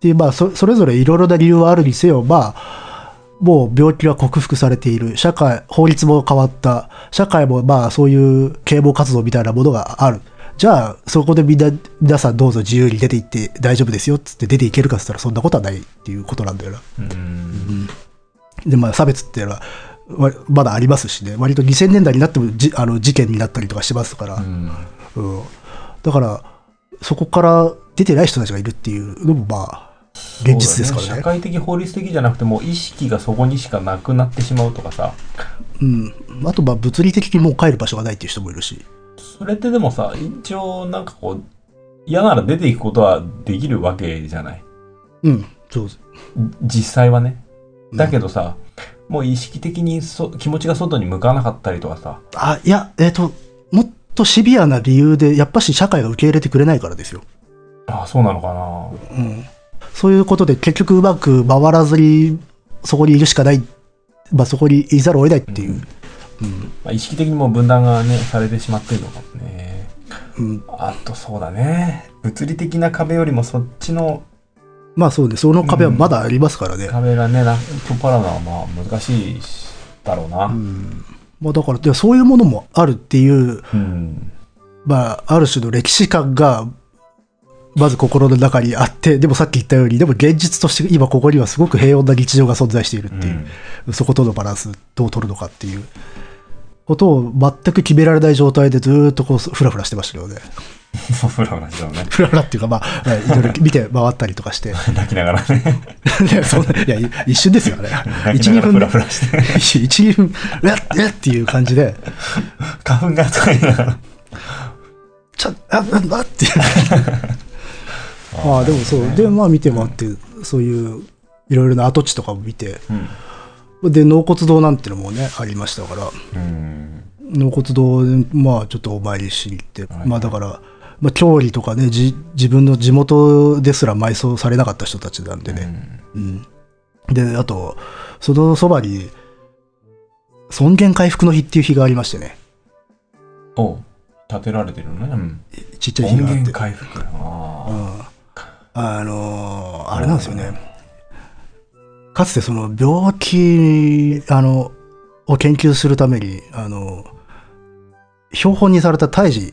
Speaker 2: でまあそそれぞれいろいろな理由はあるにせよまあもう病気は克服されている社会法律も変わった社会もまあそういう啓蒙活動みたいなものがあるじゃあそこでみんな皆さんどうぞ自由に出て行って大丈夫ですよっつって出ていけるかっつったらそんなことはないっていうことなんだよな
Speaker 1: うん
Speaker 2: でまあ差別っていうのはわまだありますしね割と2000年代になってもじあの事件になったりとかしますから、
Speaker 1: うん
Speaker 2: うん、だからそこから出てない人たちがいるっていうのもまあ現実ですから
Speaker 1: そうだ
Speaker 2: ね
Speaker 1: 社会的法律的じゃなくてもう意識がそこにしかなくなってしまうとかさ
Speaker 2: うん、あとまあ物理的にもう帰る場所がないっていう人もいるし、
Speaker 1: それってでもさ一応なんかこう嫌なら出ていくことはできるわけじゃない
Speaker 2: うん、そうです。
Speaker 1: 実際はね
Speaker 2: うん
Speaker 1: だけどさ、もう意識的にそ気持ちが外に向かなかったりとかさ
Speaker 2: あ、いや、えっ、と、もっとシビアな理由で、やっぱし社会が受け入れてくれないからですよ。
Speaker 1: あそうなのかな
Speaker 2: うん。そういうことで結局うまく回らずに、そこにいるしかない、まあそこにいざるを得ないっていう。うん。
Speaker 1: まあ、意識的にもう分断がねされてしまってるのかもね
Speaker 2: うん、
Speaker 1: あとそうだね物理的な壁よりもそっちの
Speaker 2: まあそうね、その壁はまだありますからね。
Speaker 1: 壁がねな取っ払うのはまあ難しいしだろうな
Speaker 2: まあだから、でそういうものもあるっていう、
Speaker 1: うん、
Speaker 2: まあ、ある種の歴史観が、まず心の中にあって、でもさっき言ったように、でも現実として今ここにはすごく平穏な日常が存在しているっていう、そことのバランスどう取るのかっていうことを全く決められない状態でずーっとこう、ふらふらしてましたけどね。
Speaker 1: そう、ふらふらしてたのね。
Speaker 2: ふらふらっていうか、まあ、はいいろいろ見て回ったりとかして。
Speaker 1: 泣きながらね。
Speaker 2: いや、そんな、いや、い一瞬ですよ、あれ。
Speaker 1: 泣き
Speaker 2: 1、
Speaker 1: な
Speaker 2: 2
Speaker 1: がら
Speaker 2: 分
Speaker 1: ふ
Speaker 2: で
Speaker 1: ら。ふら して。
Speaker 2: 1、2分、うわっ、うわっっていう感じで、
Speaker 1: 花粉が扱いながら。
Speaker 2: ちょ、あ、う わっっていう。まあ、でもそう。で、まあ見て回って、そういう、いろいろな跡地とかも見て、
Speaker 1: うん。
Speaker 2: で、納骨堂なんてのもね、ありましたから、
Speaker 1: うん。
Speaker 2: 納骨堂で、まあ、ちょっとお参りしに行って、
Speaker 1: はい
Speaker 2: まあ、だから、まあ、郷里とかねじ、自分の地元ですら埋葬されなかった人たちなんでね。うんで、あと、そのそばに、尊厳回復の日っていう日がありましてね、
Speaker 1: お建てられてるのね。うん。
Speaker 2: ちっちゃい日
Speaker 1: 音
Speaker 2: があって
Speaker 1: 源。回復。あ
Speaker 2: うんあのーあれなんですよね。かつてその病気あのを研究するためにあの標本にされた胎児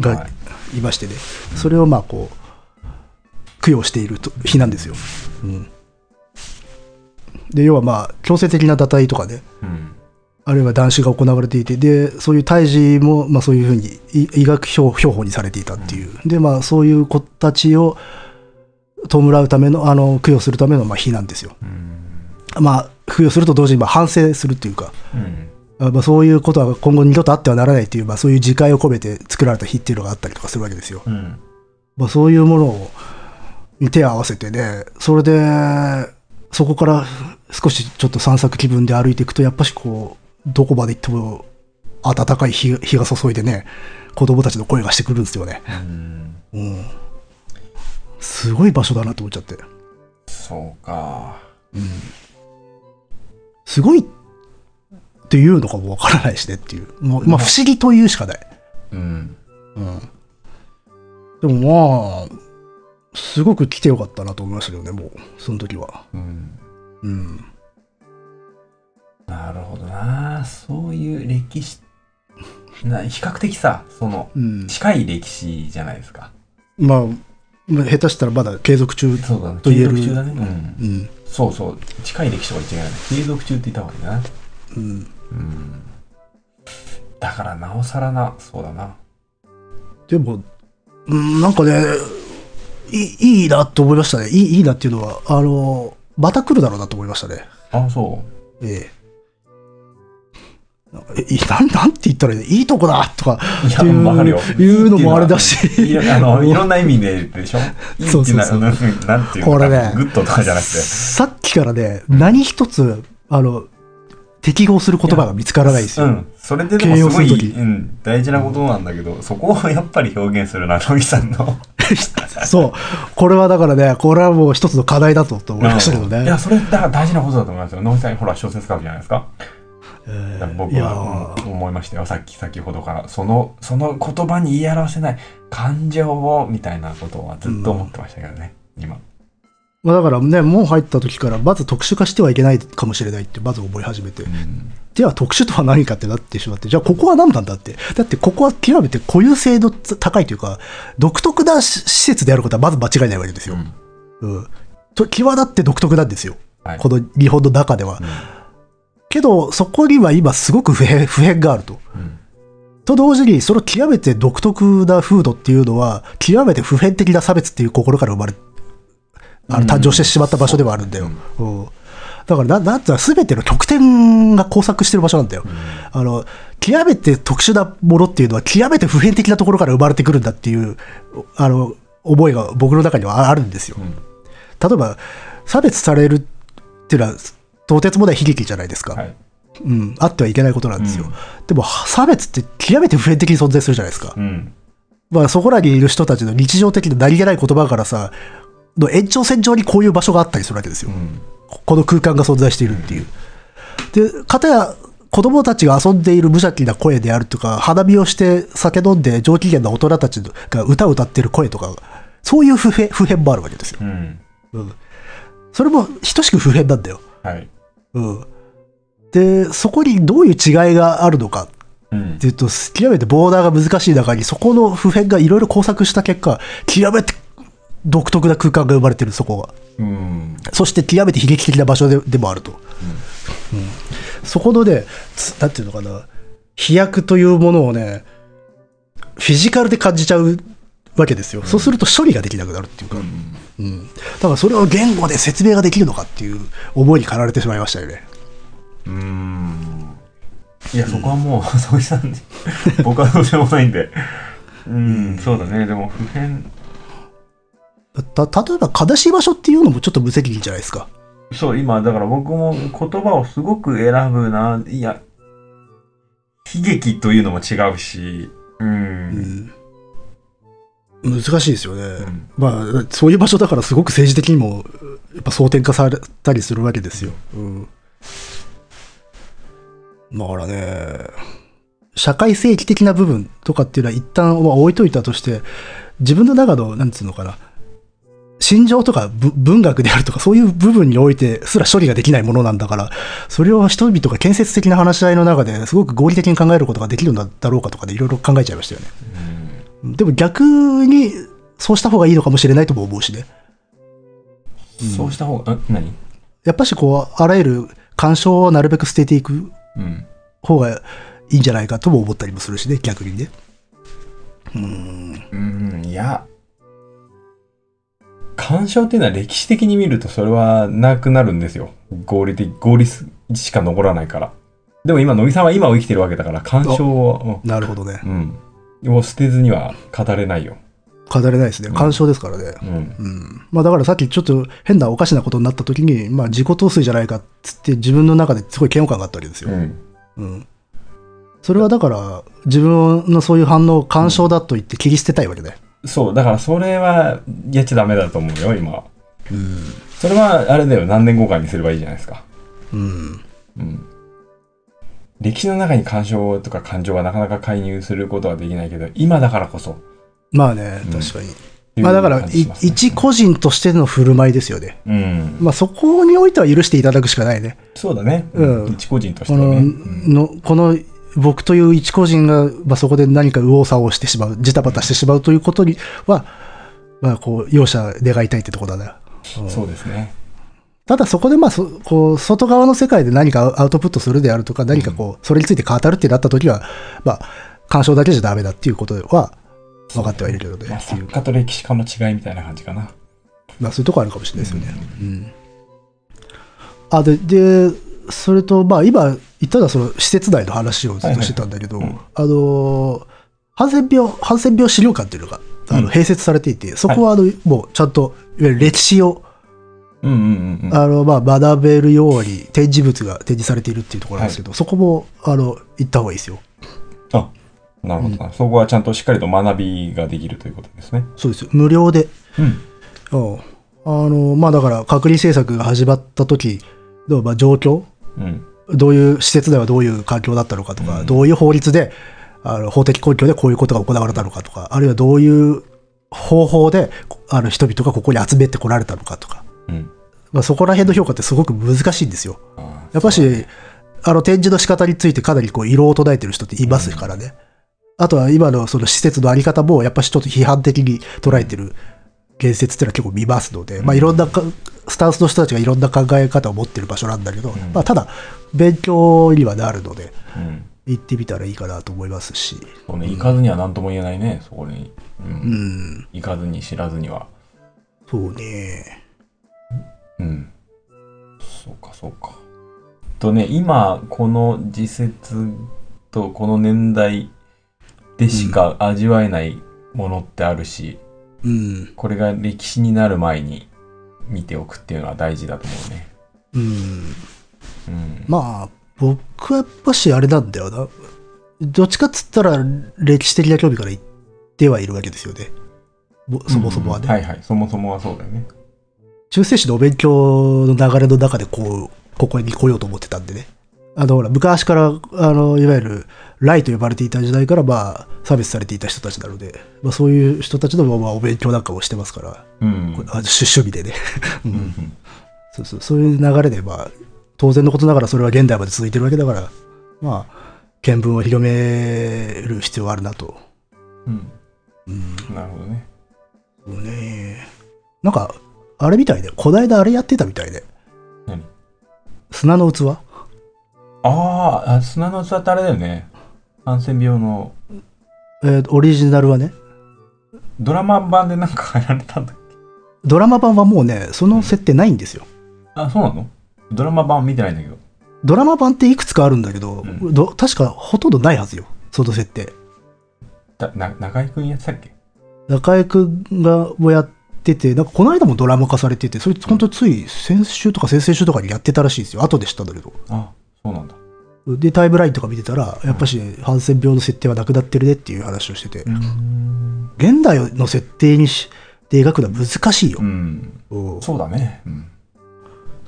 Speaker 1: あ。
Speaker 2: が
Speaker 1: はい
Speaker 2: いましてね、それをまあこう供養していると日なんですよ。うん、で要はまあ強制的な堕胎とかね
Speaker 1: うん。
Speaker 2: あるいは断種が行われていてでそういう胎児も、まあ、そういうふうにい医学標標本にされていたっていう、でまあそういう子たちを弔うためのあの供養するためのまあ日なんですよ。
Speaker 1: うん。
Speaker 2: まあ供養すると同時にまあ反省するっていうか。
Speaker 1: うん。
Speaker 2: あまあ、そういうことは今後二度とあってはならないという、まあ、そういう自戒を込めて作られた日っていうのがあったりとかするわけですよ。
Speaker 1: うん。
Speaker 2: まあ、そういうものをに手を合わせてね、それで、そこから少しちょっと散策気分で歩いていくと、やっぱしこう、どこまで行っても暖かい日日が注いでね、子供たちの声がしてくるんですよね。
Speaker 1: うん
Speaker 2: うん。すごい場所だなと思っちゃって。
Speaker 1: そうか。
Speaker 2: すごいっていうのかもわからないしねっていう。もうまあ、不思議というしかない。
Speaker 1: うん。
Speaker 2: うん。でもまあ、すごく来てよかったなと思いましたけどね、もう、その時は。
Speaker 1: うん。
Speaker 2: うん。
Speaker 1: なるほどな。そういう歴史。な比較的さ、その、
Speaker 2: うん。
Speaker 1: 近い歴史じゃないですか。
Speaker 2: まあ、まあ下手したらまだ継続中。
Speaker 1: そうだね。
Speaker 2: と言え
Speaker 1: 継
Speaker 2: る
Speaker 1: 続中だね。うん。
Speaker 2: うん。
Speaker 1: そうそう。近い歴史とか言っちゃいけない。継続中って言った方がいいな。
Speaker 2: うん。
Speaker 1: うん。だから、なおさらな、そうだな。
Speaker 2: でも、うん、なんかね、いいいいなって思いましたね。いいいいなっていうのは、あの、また来るだろうなと思いましたね。
Speaker 1: あ、そ
Speaker 2: ええ。なんかえいなんなんて言ったらいいいいとこだとか
Speaker 1: う。い
Speaker 2: っていう
Speaker 1: わかるよ。
Speaker 2: いうのもあれだし
Speaker 1: いいっていうのはあの、いろんな意味ででしょいい
Speaker 2: そう
Speaker 1: って
Speaker 2: そう
Speaker 1: な、
Speaker 2: そう
Speaker 1: ななんていうの
Speaker 2: こ
Speaker 1: か
Speaker 2: れね
Speaker 1: グッドとかじゃなくて。
Speaker 2: さっきからね、何一つ、あの、適合する言葉が見つからないです
Speaker 1: う
Speaker 2: よ。
Speaker 1: ん、それででも
Speaker 2: 形容
Speaker 1: す
Speaker 2: す
Speaker 1: ご
Speaker 2: る
Speaker 1: い、
Speaker 2: 時
Speaker 1: うん、大事なことなんだけど、そこをやっぱり表現するな、野木さんの。
Speaker 2: そう。これはだからね、これはもう一つの課題だと思いましたけど
Speaker 1: い
Speaker 2: ね
Speaker 1: や、。それ、だから大事なことだと思いますよ。野木さん、ほら、小説書くじゃないですか。
Speaker 2: えー
Speaker 1: 僕
Speaker 2: いや
Speaker 1: はうん思いましたよさっき先ほどからそのその言葉に言い表せない感情をみたいなことはずっと思ってましたけどね、今
Speaker 2: まあ、だからね、門入った時から、まず特殊化してはいけないかもしれないって、まず覚え始めて。では、特殊とは何かってなってしまって、じゃあ、ここは何なんだって。だって、ここは極めて固有性の高いというか、独特なし施設であることはまず間違いないわけですよ。うん。と際立って独特なんですよ。
Speaker 1: はい
Speaker 2: この日本の中では。けど、そこには今すごく不変不変があると。
Speaker 1: うん
Speaker 2: と同時に、その極めて独特な風土っていうのは、極めて普遍的な差別っていう心から生まれ、あ
Speaker 1: うん
Speaker 2: の誕生してしまった場所ではあるんだよ。うんだからな、なんつうの、すべての得点が交錯してる場所なんだよ。あの、極めて特殊なものっていうのは、極めて普遍的なところから生まれてくるんだっていう、あの、思いが僕の中にはああるんですよ。
Speaker 1: ん
Speaker 2: 例えば、差別されるっていうのは、とてつもない悲劇じゃないですか。
Speaker 1: はい
Speaker 2: うん、あってはいけないことなんですよ。でも、差別って極めて普遍的に存在するじゃないですか。
Speaker 1: うん
Speaker 2: まあ、そこらにいる人たちの日常的な何気ない言葉からさ、の延長線上にこういう場所があったりするわけですよ。
Speaker 1: うん
Speaker 2: ここの空間が存在しているっていう。で、かたや子供たちが遊んでいる無邪気な声であるとか、花見をして酒飲んで上機嫌な大人たちが歌を歌ってる声とか、そういう普遍普遍もあるわけですよ。
Speaker 1: うん
Speaker 2: うん。それも等しく普遍なんだよ。
Speaker 1: はい
Speaker 2: うん。で、そこにどういう違いがあるのか
Speaker 1: うん
Speaker 2: っていうと、極めてボーダーが難しい中に、そこの普遍がいろいろ交錯した結果、極めて独特な空間が生まれてる、そこが。
Speaker 1: うん
Speaker 2: そして極めて悲劇的な場所ででもあると。うんそこのね、つなんていうのかな、飛躍というものをね、フィジカルで感じちゃうわけですよ。そうすると処理ができなくなるっていうか、うん。だからそれを言語で説明ができるのかっていう思いに駆られてしまいましたよね。
Speaker 1: うーんいや、そこはもう、佐々木さんに、 僕はどうしようもないんで。うん、そうだね。でも、普遍、
Speaker 2: た、例えば悲しい場所っていうのもちょっと無責任じゃないですか。
Speaker 1: そう、今、だから僕も言葉をすごく選ぶな。いや、悲劇というのも違うし、う。
Speaker 2: うんん。難しいですよね。
Speaker 1: ん
Speaker 2: まあ、そういう場所だからすごく政治的にも、やっぱ争点化されたりするわけですよ。うん。だからね、社会正義的な部分とかっていうのは一旦は置いといたとして、自分の中の、なんつうのかな、心情とかぶ文学であるとかそういう部分においてすら処理ができないものなんだから、それを人々が建設的な話し合いの中ですごく合理的に考えることができるんだろうかとかでいろいろ考えちゃいましたよね。でも逆にそうした方がいいのかもしれないとも思うしね。
Speaker 1: そうした方が、ん何
Speaker 2: やっぱしこう、あらゆる干渉をなるべく捨てていく
Speaker 1: うん。
Speaker 2: 方がいいんじゃないかとも思ったりもするしね、逆にね。
Speaker 1: うん、いや、干渉っていうのは歴史的に見るとそれはなくなるんですよ。合理的、合理すしか残らないから。でも今、野木さんは今を生きてるわけだから、干渉を、
Speaker 2: なるほどね。
Speaker 1: うん。を捨てずには語れないよ。
Speaker 2: 語れないですね。干渉ですからね。
Speaker 1: うん。
Speaker 2: うん。まあだからさっきちょっと変なおかしなことになった時に、まあ自己陶酔じゃないかっつって自分の中ですごい嫌悪感があったわけですよ
Speaker 1: う。ん。
Speaker 2: うん。それはだから自分のそういう反応を干渉だと言って切り捨てたいわけね。
Speaker 1: そう、だからそれはやっちゃダメだと思うよ、今は。
Speaker 2: うん。
Speaker 1: それは、あれだよ、何年後かにすればいいじゃないですか。
Speaker 2: うん。
Speaker 1: うん。歴史の中に干渉とか感情はなかなか介入することはできないけど、今だからこそ。
Speaker 2: まあね、
Speaker 1: うん
Speaker 2: 確かに。
Speaker 1: っていう
Speaker 2: まあだから、
Speaker 1: 感じ
Speaker 2: い
Speaker 1: しますね
Speaker 2: 一個人としての振る舞いですよね。
Speaker 1: うん。
Speaker 2: まあそこにおいては許していただくしかないね。
Speaker 1: そうだね。
Speaker 2: うん
Speaker 1: 一個人として
Speaker 2: こ
Speaker 1: はね。う
Speaker 2: の、
Speaker 1: ん
Speaker 2: のこの僕という一個人が、まあ、そこで何か右往左往してしまう、ジタバタしてしまうということには、まあこう、容赦願いたいってとこだね。うん
Speaker 1: そうですね。
Speaker 2: ただそこでまあそこう外側の世界で何かアウトプットするであるとか何かこうそれについて語るってなった時はまあ干渉だけじゃダメだっていうことは分かってはいるけどね
Speaker 1: まあ、
Speaker 2: ってい
Speaker 1: 作
Speaker 2: う
Speaker 1: 家と歴史家の違いみたいな感じかな。
Speaker 2: まあそういうとこあるかもしれないですよね。うん、あででそれとまあ今言ったのはその施設内の話をずっとしてたんだけど、
Speaker 1: はいはいうん
Speaker 2: あのハンセン病ハンセン病資料館っていうのがあ
Speaker 1: うん
Speaker 2: の併設されていて、そこはあの、もうちゃんといわゆる歴史を
Speaker 1: うんうんうんうん。
Speaker 2: あの、まあ、学べるように展示物が展示されているっていうところなんですけど、そこも、あの、行った方がいいですよ。
Speaker 1: あ、なるほどな。そこはちゃんとしっかりと学びができるということですね。
Speaker 2: そうですよ。無料で。
Speaker 1: うん。
Speaker 2: うん。あの、まあ、だから、隔離政策が始まった時の、まあ、状況、
Speaker 1: うん。
Speaker 2: どういう、施設内はどういう環境だったのかとか、
Speaker 1: うん
Speaker 2: どういう法律で、あの、法的根拠でこういうことが行われたのかとか、あるいはどういう方法で、こあの、人々がここに集めてこられたのかとか、
Speaker 1: うん。
Speaker 2: まあ、そこら辺の評価ってすごく難しいんですよ。
Speaker 1: あー
Speaker 2: やっぱし、あの展示の仕方についてかなりこう、色を唱えてる人っていますからね。あとは今のその施設のあり方も、やっぱしちょっと批判的に捉えてる言説っていうのは結構見ますので、まあいろんなかスタンスの人たちがいろんな考え方を持ってる場所なんだけど、まあただ、勉強にはなるので、
Speaker 1: うん。
Speaker 2: 行ってみたらいいかなと思いますし。
Speaker 1: そうね、行かずには何とも言えないね、そこに。う。
Speaker 2: うんん、
Speaker 1: 行かずに知らずには。
Speaker 2: そうね。
Speaker 1: うん。そうか、そうか。とね、今、この時節とこの年代でしか味わえないものってあるし、
Speaker 2: うん、
Speaker 1: これが歴史になる前に見ておくっていうのは大事だと思うね。
Speaker 2: うん。
Speaker 1: うん。
Speaker 2: まあ、僕はやっぱしあれなんだよな。どっちかっつったら歴史的な興味から言ってはいるわけですよね。ぼそもそもはね。
Speaker 1: はいはい。そもそもはそうだよね。
Speaker 2: 中世史のお勉強の流れの中でこう、ここに来ようと思ってたんでね。あの、ほら、昔から、あの、いわゆる、ライと呼ばれていた時代から、まあ、差別されていた人たちなので、まあ、そういう人たちの、まあ、お勉強なんかをしてますから、
Speaker 1: うん。
Speaker 2: あの趣趣味でね。う
Speaker 1: うんん
Speaker 2: そうそう、そういう流れで、まあ、当然のことながらそれは現代まで続いてるわけだから、まあ、見聞を広める必要はあるなと。
Speaker 1: うん。
Speaker 2: うん。
Speaker 1: うん。なるほどね。
Speaker 2: そうねなんか、あれみたいで、こないだあれやってたみたいで。
Speaker 1: 何
Speaker 2: 砂の器
Speaker 1: あーあ、砂の器ってあれだよね。ハンセン病の
Speaker 2: えーオリジナルはね、
Speaker 1: ドラマ版でなんかやられたんだっけ
Speaker 2: ドラマ版はもうね、その設定ないんですよ。
Speaker 1: あ、そうなのドラマ版見てないんだけど。
Speaker 2: ドラマ版っていくつかあるんだけど、
Speaker 1: う
Speaker 2: ど確かほとんどないはずよ、その設定。
Speaker 1: だな中井くんやってたっけ
Speaker 2: 中居君がをやってて、なんかこの間もドラマ化されてて、それ本当つい先週とか先々週とかにやってたらしいですよ。後で知ったんだけど。
Speaker 1: あ、そうなんだ。
Speaker 2: で、タイムラインとか見てたら、やっぱし、ハンセン病の設定はなくなってるねっていう話をしてて、
Speaker 1: うん。
Speaker 2: 現代の設定にしで描くのは難しいよ
Speaker 1: う。ん。
Speaker 2: うん
Speaker 1: そうだね。うん。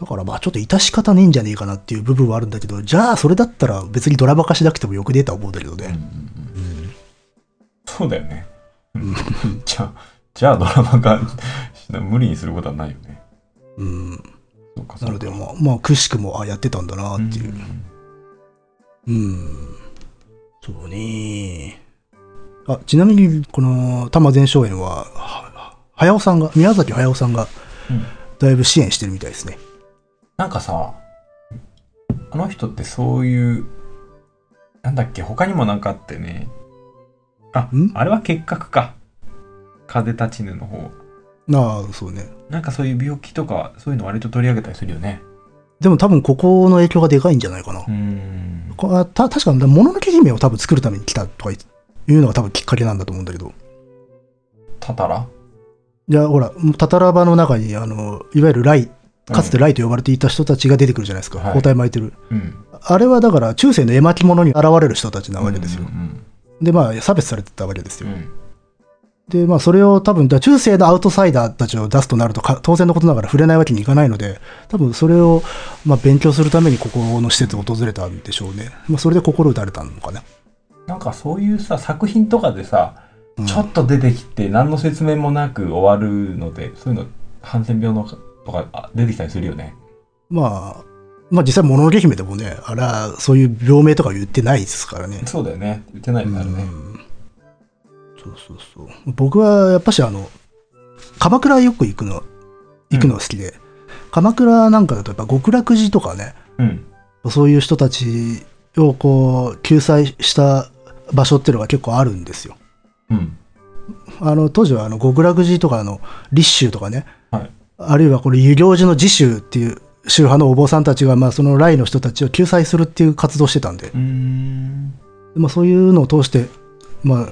Speaker 2: だからまあちょっと致し方ねえんじゃねえかなっていう部分はあるんだけど、じゃあそれだったら別にドラマ化しなくてもよくねえとは思うんだけど
Speaker 1: うんうん
Speaker 2: ね。
Speaker 1: うんそうだよね。 じゃあ、じゃあドラマ化しな 無理にすることはないよね。
Speaker 2: うん。
Speaker 1: そうか、そう
Speaker 2: な
Speaker 1: か
Speaker 2: のでまあ、まあ、くしくも、あ、やってたんだなっていう。うん。そうね。あ、ちなみに、この、多摩前哨園は、は早尾さんが、宮崎駿さんが
Speaker 1: うん、
Speaker 2: だいぶ支援してるみたいですね。
Speaker 1: なんかさ、あの人ってそういう、なんだっけ、他にもなんかあってね。あ
Speaker 2: ん、
Speaker 1: あれは結核か。風立ちぬの方。
Speaker 2: ああ、そうね。
Speaker 1: なんかそういう病気とか、そういうの割と取り上げたりするよね。
Speaker 2: でも多分、ここの影響がでかいんじゃないかな
Speaker 1: う。ん。
Speaker 2: こあた確かに、もののけ姫を多分作るために来たとかいうのが多分きっかけなんだと思うんだけど。
Speaker 1: たたら
Speaker 2: いや、ほら、タタラバの中に、あの、いわゆるライ、かつてライと呼ばれていた人たちが出てくるじゃないですか。
Speaker 1: はい
Speaker 2: 包帯巻いてる。
Speaker 1: うん。
Speaker 2: あれはだから中世の絵巻物に現れる人たちなわけですよ。
Speaker 1: うん
Speaker 2: でまあ差別されてたわけです
Speaker 1: う
Speaker 2: よ。
Speaker 1: んうん。
Speaker 2: でまあそれを多分だ中世のアウトサイダーたちを出すとなるとか当然のことながら触れないわけにいかないので多分それをまあ勉強するためにここの施設を訪れたんでしょうね。まあそれで心打たれたのかな。
Speaker 1: なんかそういうさ、作品とかでさ、
Speaker 2: うん
Speaker 1: ちょっと出てきて何の説明もなく終わるのでそういうのハンセン病のとかあ出てきたりするよね
Speaker 2: まあまあ実際もののけ姫でもねあらそういう病名とか言ってないですからね。
Speaker 1: そうだよね言ってないよねあれ
Speaker 2: う
Speaker 1: ね
Speaker 2: んそうそうそう。僕はやっぱしあの、鎌倉よく行くの、行くのが好きで、鎌倉なんかだとやっぱ極楽寺とかね、
Speaker 1: うん
Speaker 2: そういう人たちをこう、救済した場所っていうのが結構あるんですよ。
Speaker 1: うん
Speaker 2: あの、当時はあの極楽寺とかあの立宗とかね、
Speaker 1: はい
Speaker 2: あるいはこれ遊行寺の寺宗っていう宗派のお坊さんたちが、まあその来の人たちを救済するっていう活動してたんで、
Speaker 1: うん
Speaker 2: まあそういうのを通して、まあ、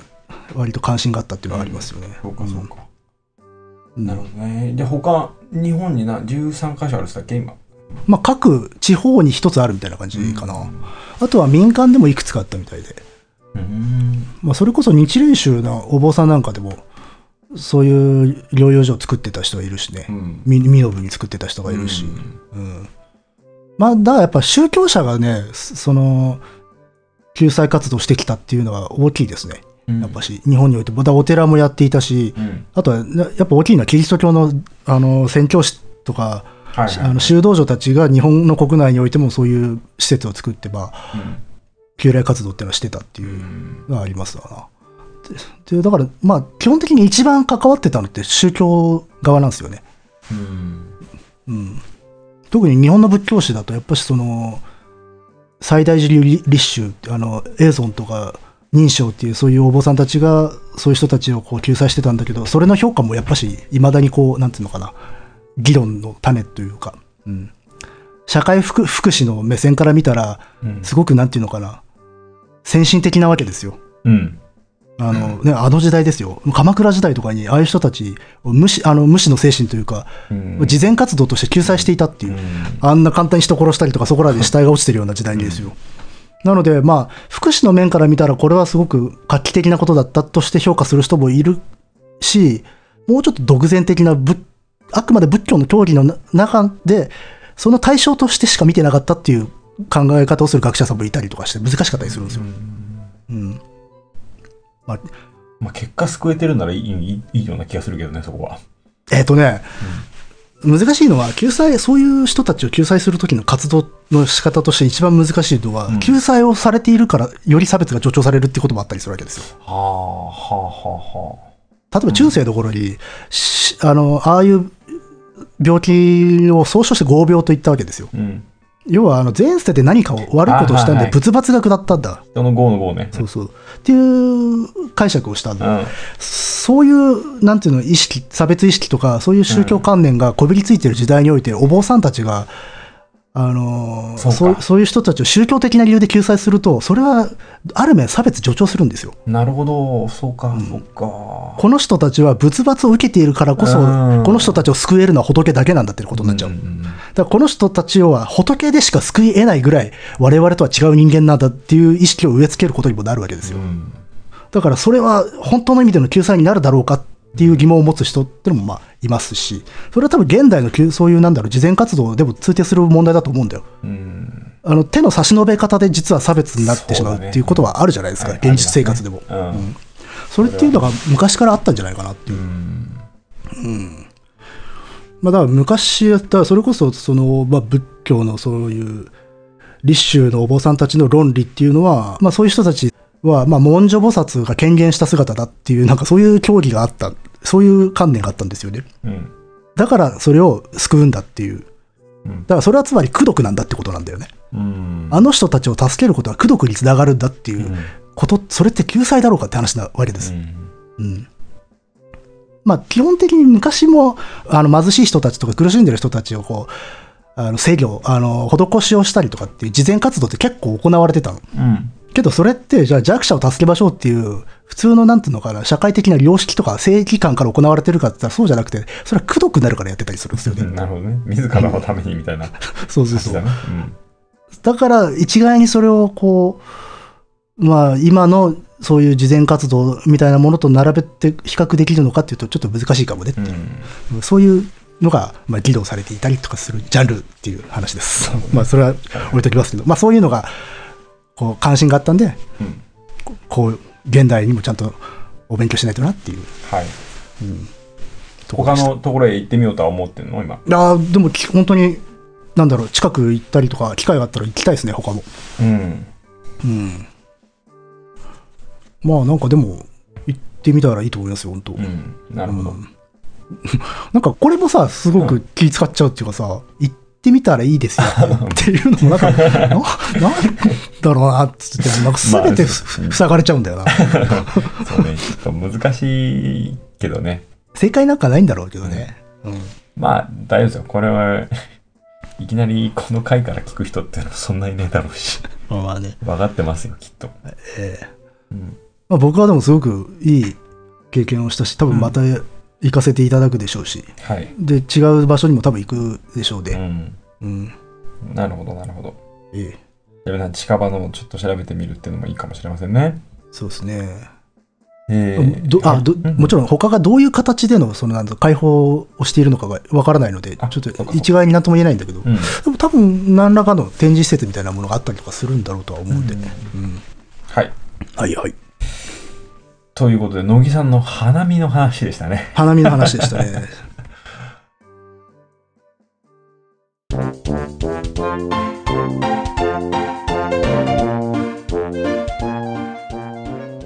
Speaker 2: 割と関心があったっていうのはありますよね。
Speaker 1: そうかそうか、
Speaker 2: うん
Speaker 1: なるほどねで他日本にな13箇所あるっつったっけ今
Speaker 2: まあ、各地方に一つあるみたいな感じかな、あとは民間でもいくつかあったみたいで、
Speaker 1: うん
Speaker 2: まあ、それこそ日蓮宗のお坊さんなんかでもそういう療養所を作ってた人がいるしね
Speaker 1: うん
Speaker 2: み身延に作ってた人がいるし、うんまあだからやっぱ宗教者がねそその救済活動してきたっていうのは大きいですね
Speaker 1: うん
Speaker 2: やっぱし日本においてまたお寺もやっていたし
Speaker 1: うん
Speaker 2: あとはねやっぱ大きいのはキリスト教のあの宣教師とか
Speaker 1: はいはい
Speaker 2: あの修道女たちが日本の国内においてもそういう施設を作ってば旧来活動っていうのはしてたって
Speaker 1: うんう
Speaker 2: いうんのはありますわな。ででだからまあ基本的に一番関わってたのって宗教側なんですよね。
Speaker 1: うん
Speaker 2: うん、特に日本の仏教史だとやっぱしその最大寺流立宗あの永尊とか認証っていうそういうお坊さんたちがそういう人たちをこう救済してたんだけどそれの評価もやっぱしいまだにこうなんていうのかな議論の種というか、うん、社会福福祉の目線から見たら
Speaker 1: うん
Speaker 2: すごくなんていうのかな先進的なわけですよ。
Speaker 1: うん
Speaker 2: あのね、あの時代ですよ鎌倉時代とかにああいう人たちを無視あの無視の精神というか
Speaker 1: うん
Speaker 2: 慈善活動として救済していたっていう
Speaker 1: うん
Speaker 2: あんな簡単に人殺したりとか、そこらで死体が落ちてるような時代ですよ。なので、まあ、福祉の面から見たら、これはすごく画期的なことだったとして評価する人もいるし、もうちょっと独善的な仏、あくまで仏教の教義のな中で、その対象としてしか見てなかったっていう考え方をする学者さんもいたりとかして、難しかったりするんですよ。うん。まあ、
Speaker 1: まあ結果救えてるならいいいいいいような気がするけどねそこは
Speaker 2: えっ、とね、難しいのは、救済、そういう人たちを救済するときの活動の仕方として一番難しいのは、
Speaker 1: うん
Speaker 2: 救済をされているから、より差別が助長されるってこともあったりするわけですよ。
Speaker 1: はあはあは
Speaker 2: 例えば中世の頃に、しあの、ああいう病気を総称して合病と言ったわけですよ。
Speaker 1: あはあうん
Speaker 2: 要はあの前世で何かを悪いことをしたん
Speaker 1: あはい
Speaker 2: で
Speaker 1: はい
Speaker 2: 仏罰が下ったんだ、
Speaker 1: 人の5の5ね。
Speaker 2: そうそうっていう解釈をしたん
Speaker 1: う
Speaker 2: だ、
Speaker 1: ん。
Speaker 2: そういうなんていうの意識差別意識とかそういう宗教観念がこびりついてる時代においてお坊さんたちがあのー
Speaker 1: そうか
Speaker 2: そうそういう人たちを宗教的な理由で救済するとそれはある面差別助長するんですよ。
Speaker 1: なるほど、そうか、そうか。
Speaker 2: この人たちは仏罰を受けているからこそ、
Speaker 1: うん
Speaker 2: この人たちを救えるのは仏だけなんだってことになっちゃう。
Speaker 1: んんん
Speaker 2: だからこの人たちは仏でしか救い得ないぐらい我々とは違う人間なんだっていう意識を植え付けることにもなるわけですよ。
Speaker 1: うん
Speaker 2: だからそれは本当の意味での救済になるだろうかっていう疑問を持つ人ってのもまあいますし、それは多分現代の救そういうなんだろう、慈善活動でも通底する問題だと思うんだよ。
Speaker 1: うん
Speaker 2: あの手の差し伸べ方で実は差別になってしまうっていうことはあるじゃないですか、
Speaker 1: そうだね
Speaker 2: 現実生活でも。
Speaker 1: うん
Speaker 2: それっていうのが昔からあったんじゃないかなっていう。まあ、だから昔やったらそれこそその、まあ、仏教のそういう立宗のお坊さんたちの論理っていうのは、まあ、そういう人たちは、まあ、文書菩薩が権限した姿だっていうなんかそういう教義があったそういう観念があったんですよね
Speaker 1: うん
Speaker 2: だからそれを救うんだっていう
Speaker 1: うん
Speaker 2: だからそれはつまり功徳なんだってことなんだよね
Speaker 1: うん
Speaker 2: あの人たちを助けることは功徳につながるんだっていうこと、それって救済だろうかって話なわけです
Speaker 1: うん
Speaker 2: うんまあ、基本的に昔もあの貧しい人たちとか苦しんでる人たちをこうあの制御あの施しをしたりとかっていう慈善活動って結構行われてたの
Speaker 1: うん
Speaker 2: けどそれってじゃあ弱者を助けましょうっていう普通のなんていうのかな社会的な良識とか正義感から行われてるかって言ったらそうじゃなくてそれは功徳になるからやってたりするんですよ
Speaker 1: う
Speaker 2: ね
Speaker 1: んなるほどね自らのためにみたいな
Speaker 2: そうそ
Speaker 1: 話
Speaker 2: うそ
Speaker 1: だ
Speaker 2: う
Speaker 1: ね
Speaker 2: だから一概にそれをこうまあ今のそういう慈善活動みたいなものと並べて比較できるのかっていうとちょっと難しいかもね
Speaker 1: うんうん
Speaker 2: そういうのが、まあ、議論されていたりとかするジャンルっていう話です。 まあ、それは置いときますけど、まあ、そういうのが、こう、関心があったんで、
Speaker 1: うん
Speaker 2: こう、現代にもちゃんとお勉強しないとなっていう
Speaker 1: はい
Speaker 2: ところ
Speaker 1: 他
Speaker 2: でした。
Speaker 1: のところへ行ってみようとは思ってるの今
Speaker 2: ああ、でも、き本当に、なんだろう、近く行ったりとか、機会があったら行きたいですね、他も。
Speaker 1: うん
Speaker 2: うん。まあ、なんかでも、行ってみたらいいと思いますよ、本当。
Speaker 1: うんなるほど
Speaker 2: なんかこれもさ、すごく気使っちゃうっていうかさ、行ってみたらいいですよっていうのもなんか、な、なんだろうなっつって、なんか全てふ
Speaker 1: まあ
Speaker 2: 塞がれちゃうんだよな。
Speaker 1: そうねちょっと難しいけどね
Speaker 2: 正解なんかないんだろうけどね。うん。
Speaker 1: まあ大丈夫ですよこれは いきなりこの回から聞く人っていうのはそんないねえだろうし
Speaker 2: まあね。
Speaker 1: 分かってますよきっと
Speaker 2: ええ
Speaker 1: うん
Speaker 2: まあ僕はでもすごくいい経験をしたし、多分また行かせていただくでしょうし、
Speaker 1: はい
Speaker 2: で、違う場所にも多分行くでしょう
Speaker 1: う
Speaker 2: で。
Speaker 1: ん
Speaker 2: うん。
Speaker 1: なるほどなるほど
Speaker 2: ええ。
Speaker 1: 皆さん近場のをちょっと調べてみるっていうのもいいかもしれませんね
Speaker 2: そうですね。
Speaker 1: えー
Speaker 2: どあど
Speaker 1: うん
Speaker 2: もちろん他がどういう形でのそのなんだ解放をしているのかがわからないので、ちょ
Speaker 1: あ
Speaker 2: っと
Speaker 1: そうか
Speaker 2: 一概になんとも言えないんだけど、
Speaker 1: う
Speaker 2: で
Speaker 1: ん
Speaker 2: も多分何らかの展示施設みたいなものがあったりとかするんだろうとは思うんで、うん
Speaker 1: はい
Speaker 2: はいはい。
Speaker 1: ということで乃木さんの花見の話でしたね
Speaker 2: 花見の話でした ね。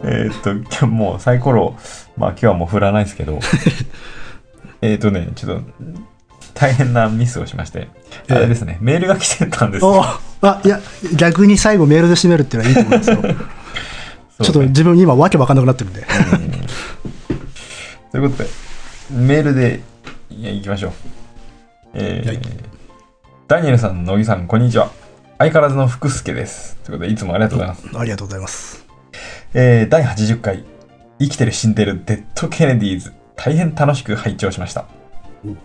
Speaker 1: えーっと今日もうサイコロまあ今日はもう振らないですけ どえーっとねちょっと大変なミスをしましてあれですね、メールが来てたんです
Speaker 2: お
Speaker 1: よ
Speaker 2: あいや、逆に最後メールで締めるっていうのはいいと思 いますよ。ちょっ
Speaker 1: そ
Speaker 2: と
Speaker 1: うね
Speaker 2: 自分今わけわかんなくなってるんで。
Speaker 1: ということでメールでいや行きましょうえー
Speaker 2: はい
Speaker 1: ダニエルさん乃木さんこんにちは相変わらずの福助ですということでいつもありがとうございます
Speaker 2: ありがとうございます。
Speaker 1: えー第80回「生きてる死んでるデッド・ケネディーズ」大変楽しく拝聴しました
Speaker 2: いいね。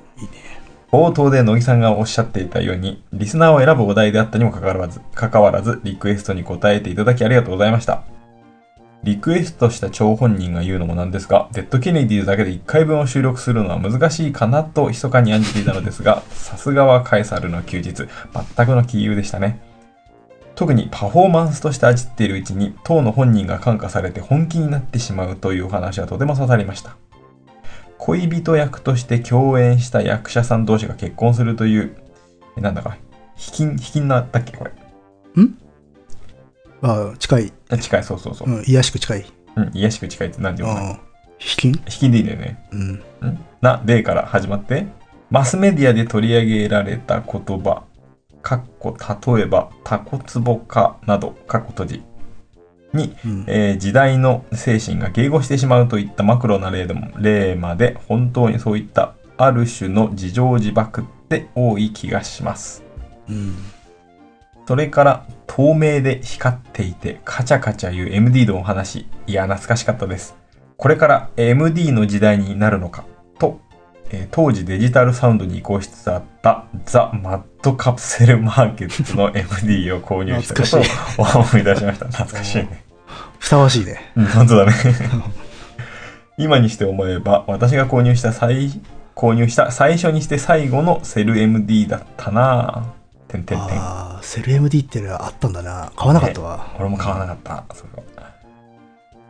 Speaker 1: 冒頭で乃木さんがおっしゃっていたようにリスナーを選ぶお題であったにもかかわらずかかわらずリクエストに答えていただきありがとうございましたリクエストした張本人が言うのもなんですがデッド・ケネディーズだけで1回分を収録するのは難しいかなと密かに案じていたのですがさすがはカエサルの休日全くの杞憂でしたね特にパフォーマンスとして味っているうちに当の本人が感化されて本気になってしまうというお話はとても刺さりました恋人役として共演した役者さん同士が結婚するというえなんだか卑近卑近なだっけこれ
Speaker 2: あ近い、
Speaker 1: あ近いそうそうそうう、
Speaker 2: ん、癒やしく近い。
Speaker 1: うん、癒やしく近いって何て
Speaker 2: う。
Speaker 1: 言うのかなん
Speaker 2: ひきん
Speaker 1: 卑近でいいんだよね
Speaker 2: うん。
Speaker 1: んな「で」から始まってマスメディアで取り上げられた言葉かっこ例えばタコツボ化などかっこ閉じに、
Speaker 2: うん
Speaker 1: えー時代の精神が迎合してしまうといったマクロな例でも例まで本当にそういったある種の自情自爆って多い気がします
Speaker 2: うん
Speaker 1: それから透明で光っていてカチャカチャ言う MD のお話いや懐かしかったですこれから MD の時代になるのかと、えー当時デジタルサウンドに移行しつつあったザ・マッドカプセルマーケットの MD を購入したことを思い出しました懐かしいね
Speaker 2: ふさわしいね。
Speaker 1: うん、本当だね。今にして思えば、私が購入した最、購入した最初にして最後のセル MD だったなぁ。てんてんてん。
Speaker 2: ああ、セル MD ってのはあったんだな。買わなかったわ。
Speaker 1: 俺も買わなかった、それは。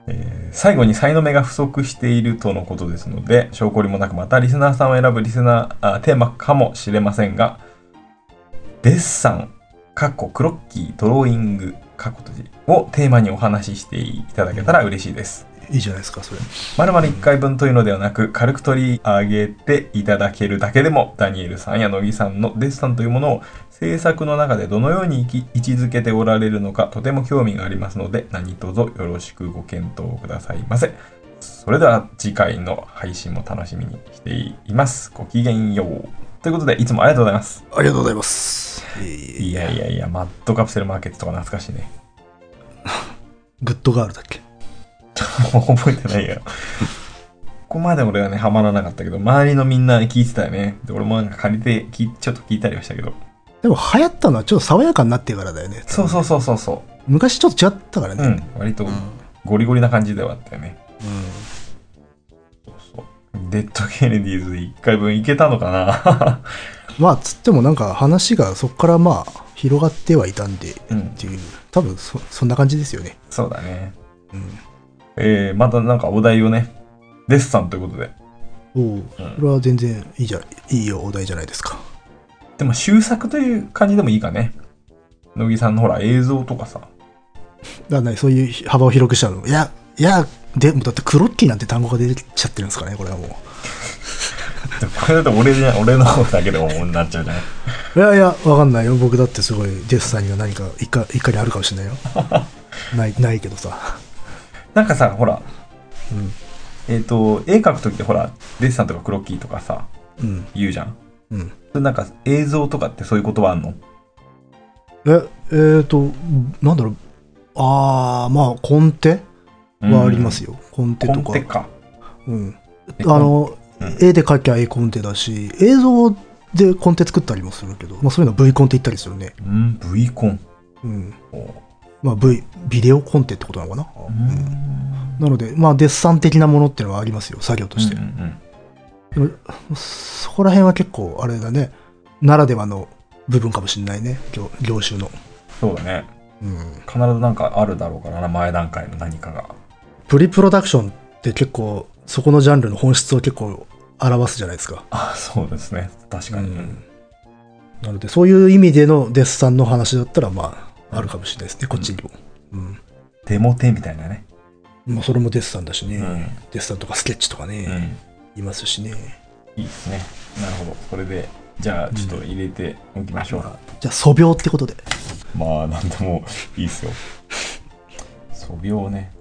Speaker 1: えー最後に才能目が不足しているとのことですので、証拠りもなくまたリスナーさんを選ぶリスナーあテーマかもしれませんが、デッサン、かっこクロッキー、ドローイング、かっこ閉じをテーマにお話ししていただけたら嬉しいです。
Speaker 2: いいじゃないですか、それ。
Speaker 1: まるまる1回分というのではなく軽く取り上げていただけるだけでもダニエルさんや乃木さんのデッサンというものを制作の中でどのように生き位置づけておられるのかとても興味がありますので何卒よろしくご検討くださいませそれでは次回の配信も楽しみにしていますごきげんようということでいつもありがとうございます
Speaker 2: ありがとうございます。いえいえ
Speaker 1: いやいやいやマッドカプセルマーケットとか懐かしいね
Speaker 2: グッドガールだっけ
Speaker 1: もう覚えてないよここまで俺はね、ハマらなかったけど、周りのみんな聞いてたよね。で、俺もなんか借りて聞い、ちょっと聞いたりはしたけど。
Speaker 2: でも流行ったのはちょっと爽やかになってからだよね。
Speaker 1: そうそうそうそうそ
Speaker 2: 昔ちょっと違ったから
Speaker 1: う。う
Speaker 2: ね。
Speaker 1: ん。割と
Speaker 2: うん。
Speaker 1: ゴリゴリな感じではあったよね。
Speaker 2: うん
Speaker 1: そうそう。デッド・ケネディーズで1回分いけたのかな
Speaker 2: まあ、つってもなんか話がそこからまあ、広がってはいたんで、っ
Speaker 1: うん。
Speaker 2: ていう、多分そそんな感じですよね。
Speaker 1: そうだね。
Speaker 2: うん。
Speaker 1: えー、またなんかお題をね、デッサンということで。
Speaker 2: おお、
Speaker 1: ん
Speaker 2: これは全然いいじゃ、いいお題じゃないですか。
Speaker 1: でも、修作という感じでもいいかね。乃木さんのほら、映像とかさ。
Speaker 2: だからね、そういう幅を広くしたの。いや、いや、でもだってクロッキーなんて単語が出てきちゃってるんですかね、これはもう。
Speaker 1: これだと俺じゃ、俺の方だけでもになっちゃうじゃない。
Speaker 2: いやいや、わかんないよ。僕だってすごいデッサンには何か一回、一回にあるかもしれないよ。ない、ないけどさ。
Speaker 1: なんかさ、ほら、
Speaker 2: うん。
Speaker 1: えっ、と、絵描くときってほら、デッサンとかクロッキーとかさ、
Speaker 2: うん。
Speaker 1: 言うじゃん。
Speaker 2: うん。
Speaker 1: それなんか映像とかってそういう言葉あんの
Speaker 2: え、えーと、なんだろう。あー、まあ、コンテはあります
Speaker 1: よ。
Speaker 2: よ。コンテ
Speaker 1: コ
Speaker 2: と
Speaker 1: ン
Speaker 2: か。
Speaker 1: テか。
Speaker 2: うん。
Speaker 1: え
Speaker 2: あ、の、
Speaker 1: うん
Speaker 2: 絵で描きゃ絵コンテだし、映像でコンテ作ったりもするけど、まあそういうのは V コンテ言ったりするね。
Speaker 1: うん、V コン。
Speaker 2: うん。
Speaker 1: おう
Speaker 2: まあ V、ビデオコンテってことなのかな。
Speaker 1: うん
Speaker 2: なので、まあデッサン的なものっていうのはありますよ、作業として
Speaker 1: うん。うん
Speaker 2: そこら辺は結構あれだねならではの部分かもしれないね業業種の、
Speaker 1: そうだね。
Speaker 2: うん、
Speaker 1: 必ずなんかあるだろうからな、前段階の何かが。
Speaker 2: プリプロダクションって結構そこのジャンルの本質を結構表すじゃないですか、
Speaker 1: あ、そうですね。確かに。
Speaker 2: うんなのでそういう意味でのデッサンの話だったらまああるかもしれないですねこっちにも、うん
Speaker 1: デモテみたいなね。
Speaker 2: まあ、それもデッサンだしね、
Speaker 1: うん
Speaker 2: デッサンとかスケッチとか
Speaker 1: う
Speaker 2: ね、
Speaker 1: ん。
Speaker 2: いますしね
Speaker 1: いいですね。なるほど。それで、じゃあ、ちょっと入れておきましょう。
Speaker 2: じゃあ素描ってことで
Speaker 1: まあ、なんでもいいっすよ。素描ね。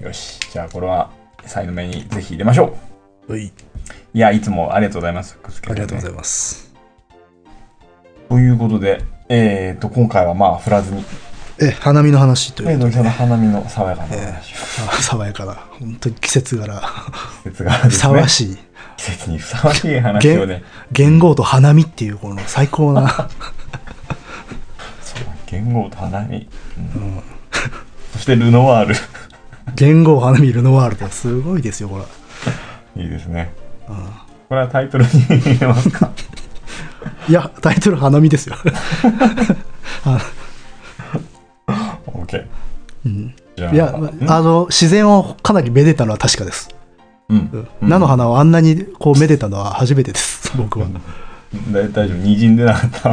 Speaker 1: よし。じゃあ、これは、サイド目にぜひ入れましょう。
Speaker 2: はい
Speaker 1: いや、いつもありがとうございます。福助
Speaker 2: ありがとうござ
Speaker 1: い
Speaker 2: います
Speaker 1: ます。ということで、えっ、と、今回はまあ、振らずに、
Speaker 2: え花見の話という
Speaker 1: え
Speaker 2: こ
Speaker 1: の
Speaker 2: と
Speaker 1: り
Speaker 2: で
Speaker 1: さんの花見の爽やかな話を、
Speaker 2: あ爽やかな本当に季節柄
Speaker 1: 季節があるん
Speaker 2: ふ
Speaker 1: で
Speaker 2: さ
Speaker 1: す
Speaker 2: わ
Speaker 1: ね。
Speaker 2: しい
Speaker 1: 季節にふさわしい話をね、
Speaker 2: 元号と花見っていうこの最 高な、
Speaker 1: そう言語と花見、うんそしてルノワール。
Speaker 2: 元号花見ルノワールドすごいですよこれ、
Speaker 1: いいですね。
Speaker 2: うん
Speaker 1: これはタイトルに入れますか
Speaker 2: いやタイトル花見ですよあ
Speaker 1: ?OK。
Speaker 2: うん
Speaker 1: じゃ
Speaker 2: いやあの自然をかなりめでたのは確かです、
Speaker 1: うん
Speaker 2: うん
Speaker 1: うん
Speaker 2: 菜の花をあんなにこうめでたのは初めてです僕は、い
Speaker 1: だ大丈夫滲んでなかった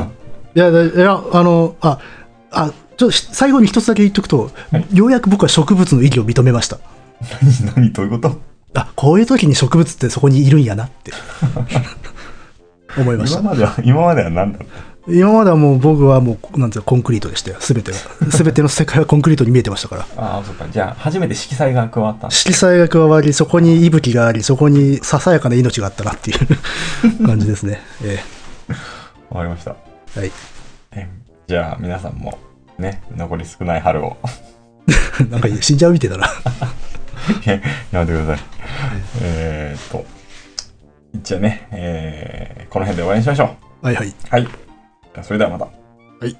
Speaker 2: やだいやあのああちょっとひ最後に一つだけ言っとくと、ようやく僕は植物の意義を認めました
Speaker 1: 何何どういうこと
Speaker 2: あこういう時に植物ってそこにいるんやなって思いまし
Speaker 1: 今
Speaker 2: た。
Speaker 1: ま では、今までは何だった
Speaker 2: 今まではもう僕はもう、なんていうのコンクリートでしたよ。すべてが。すべての世界はコンクリートに見えてましたから。
Speaker 1: ああ、そっか。じゃあ、初めて色彩が加わったんだ
Speaker 2: 色彩が加わり、そこに息吹があり、そこにささやかな命があったなっていう感じですね。え
Speaker 1: わかりました。
Speaker 2: えはい。
Speaker 1: えじゃあ、皆さんも、ね、残り少ない春を
Speaker 2: なんか死んじゃうみたいだな。
Speaker 1: やめてください。えーっと、一応ね、えーこの辺で終わりにしましょう。
Speaker 2: はいはい。
Speaker 1: はい。じゃあそれではまた。
Speaker 2: はい。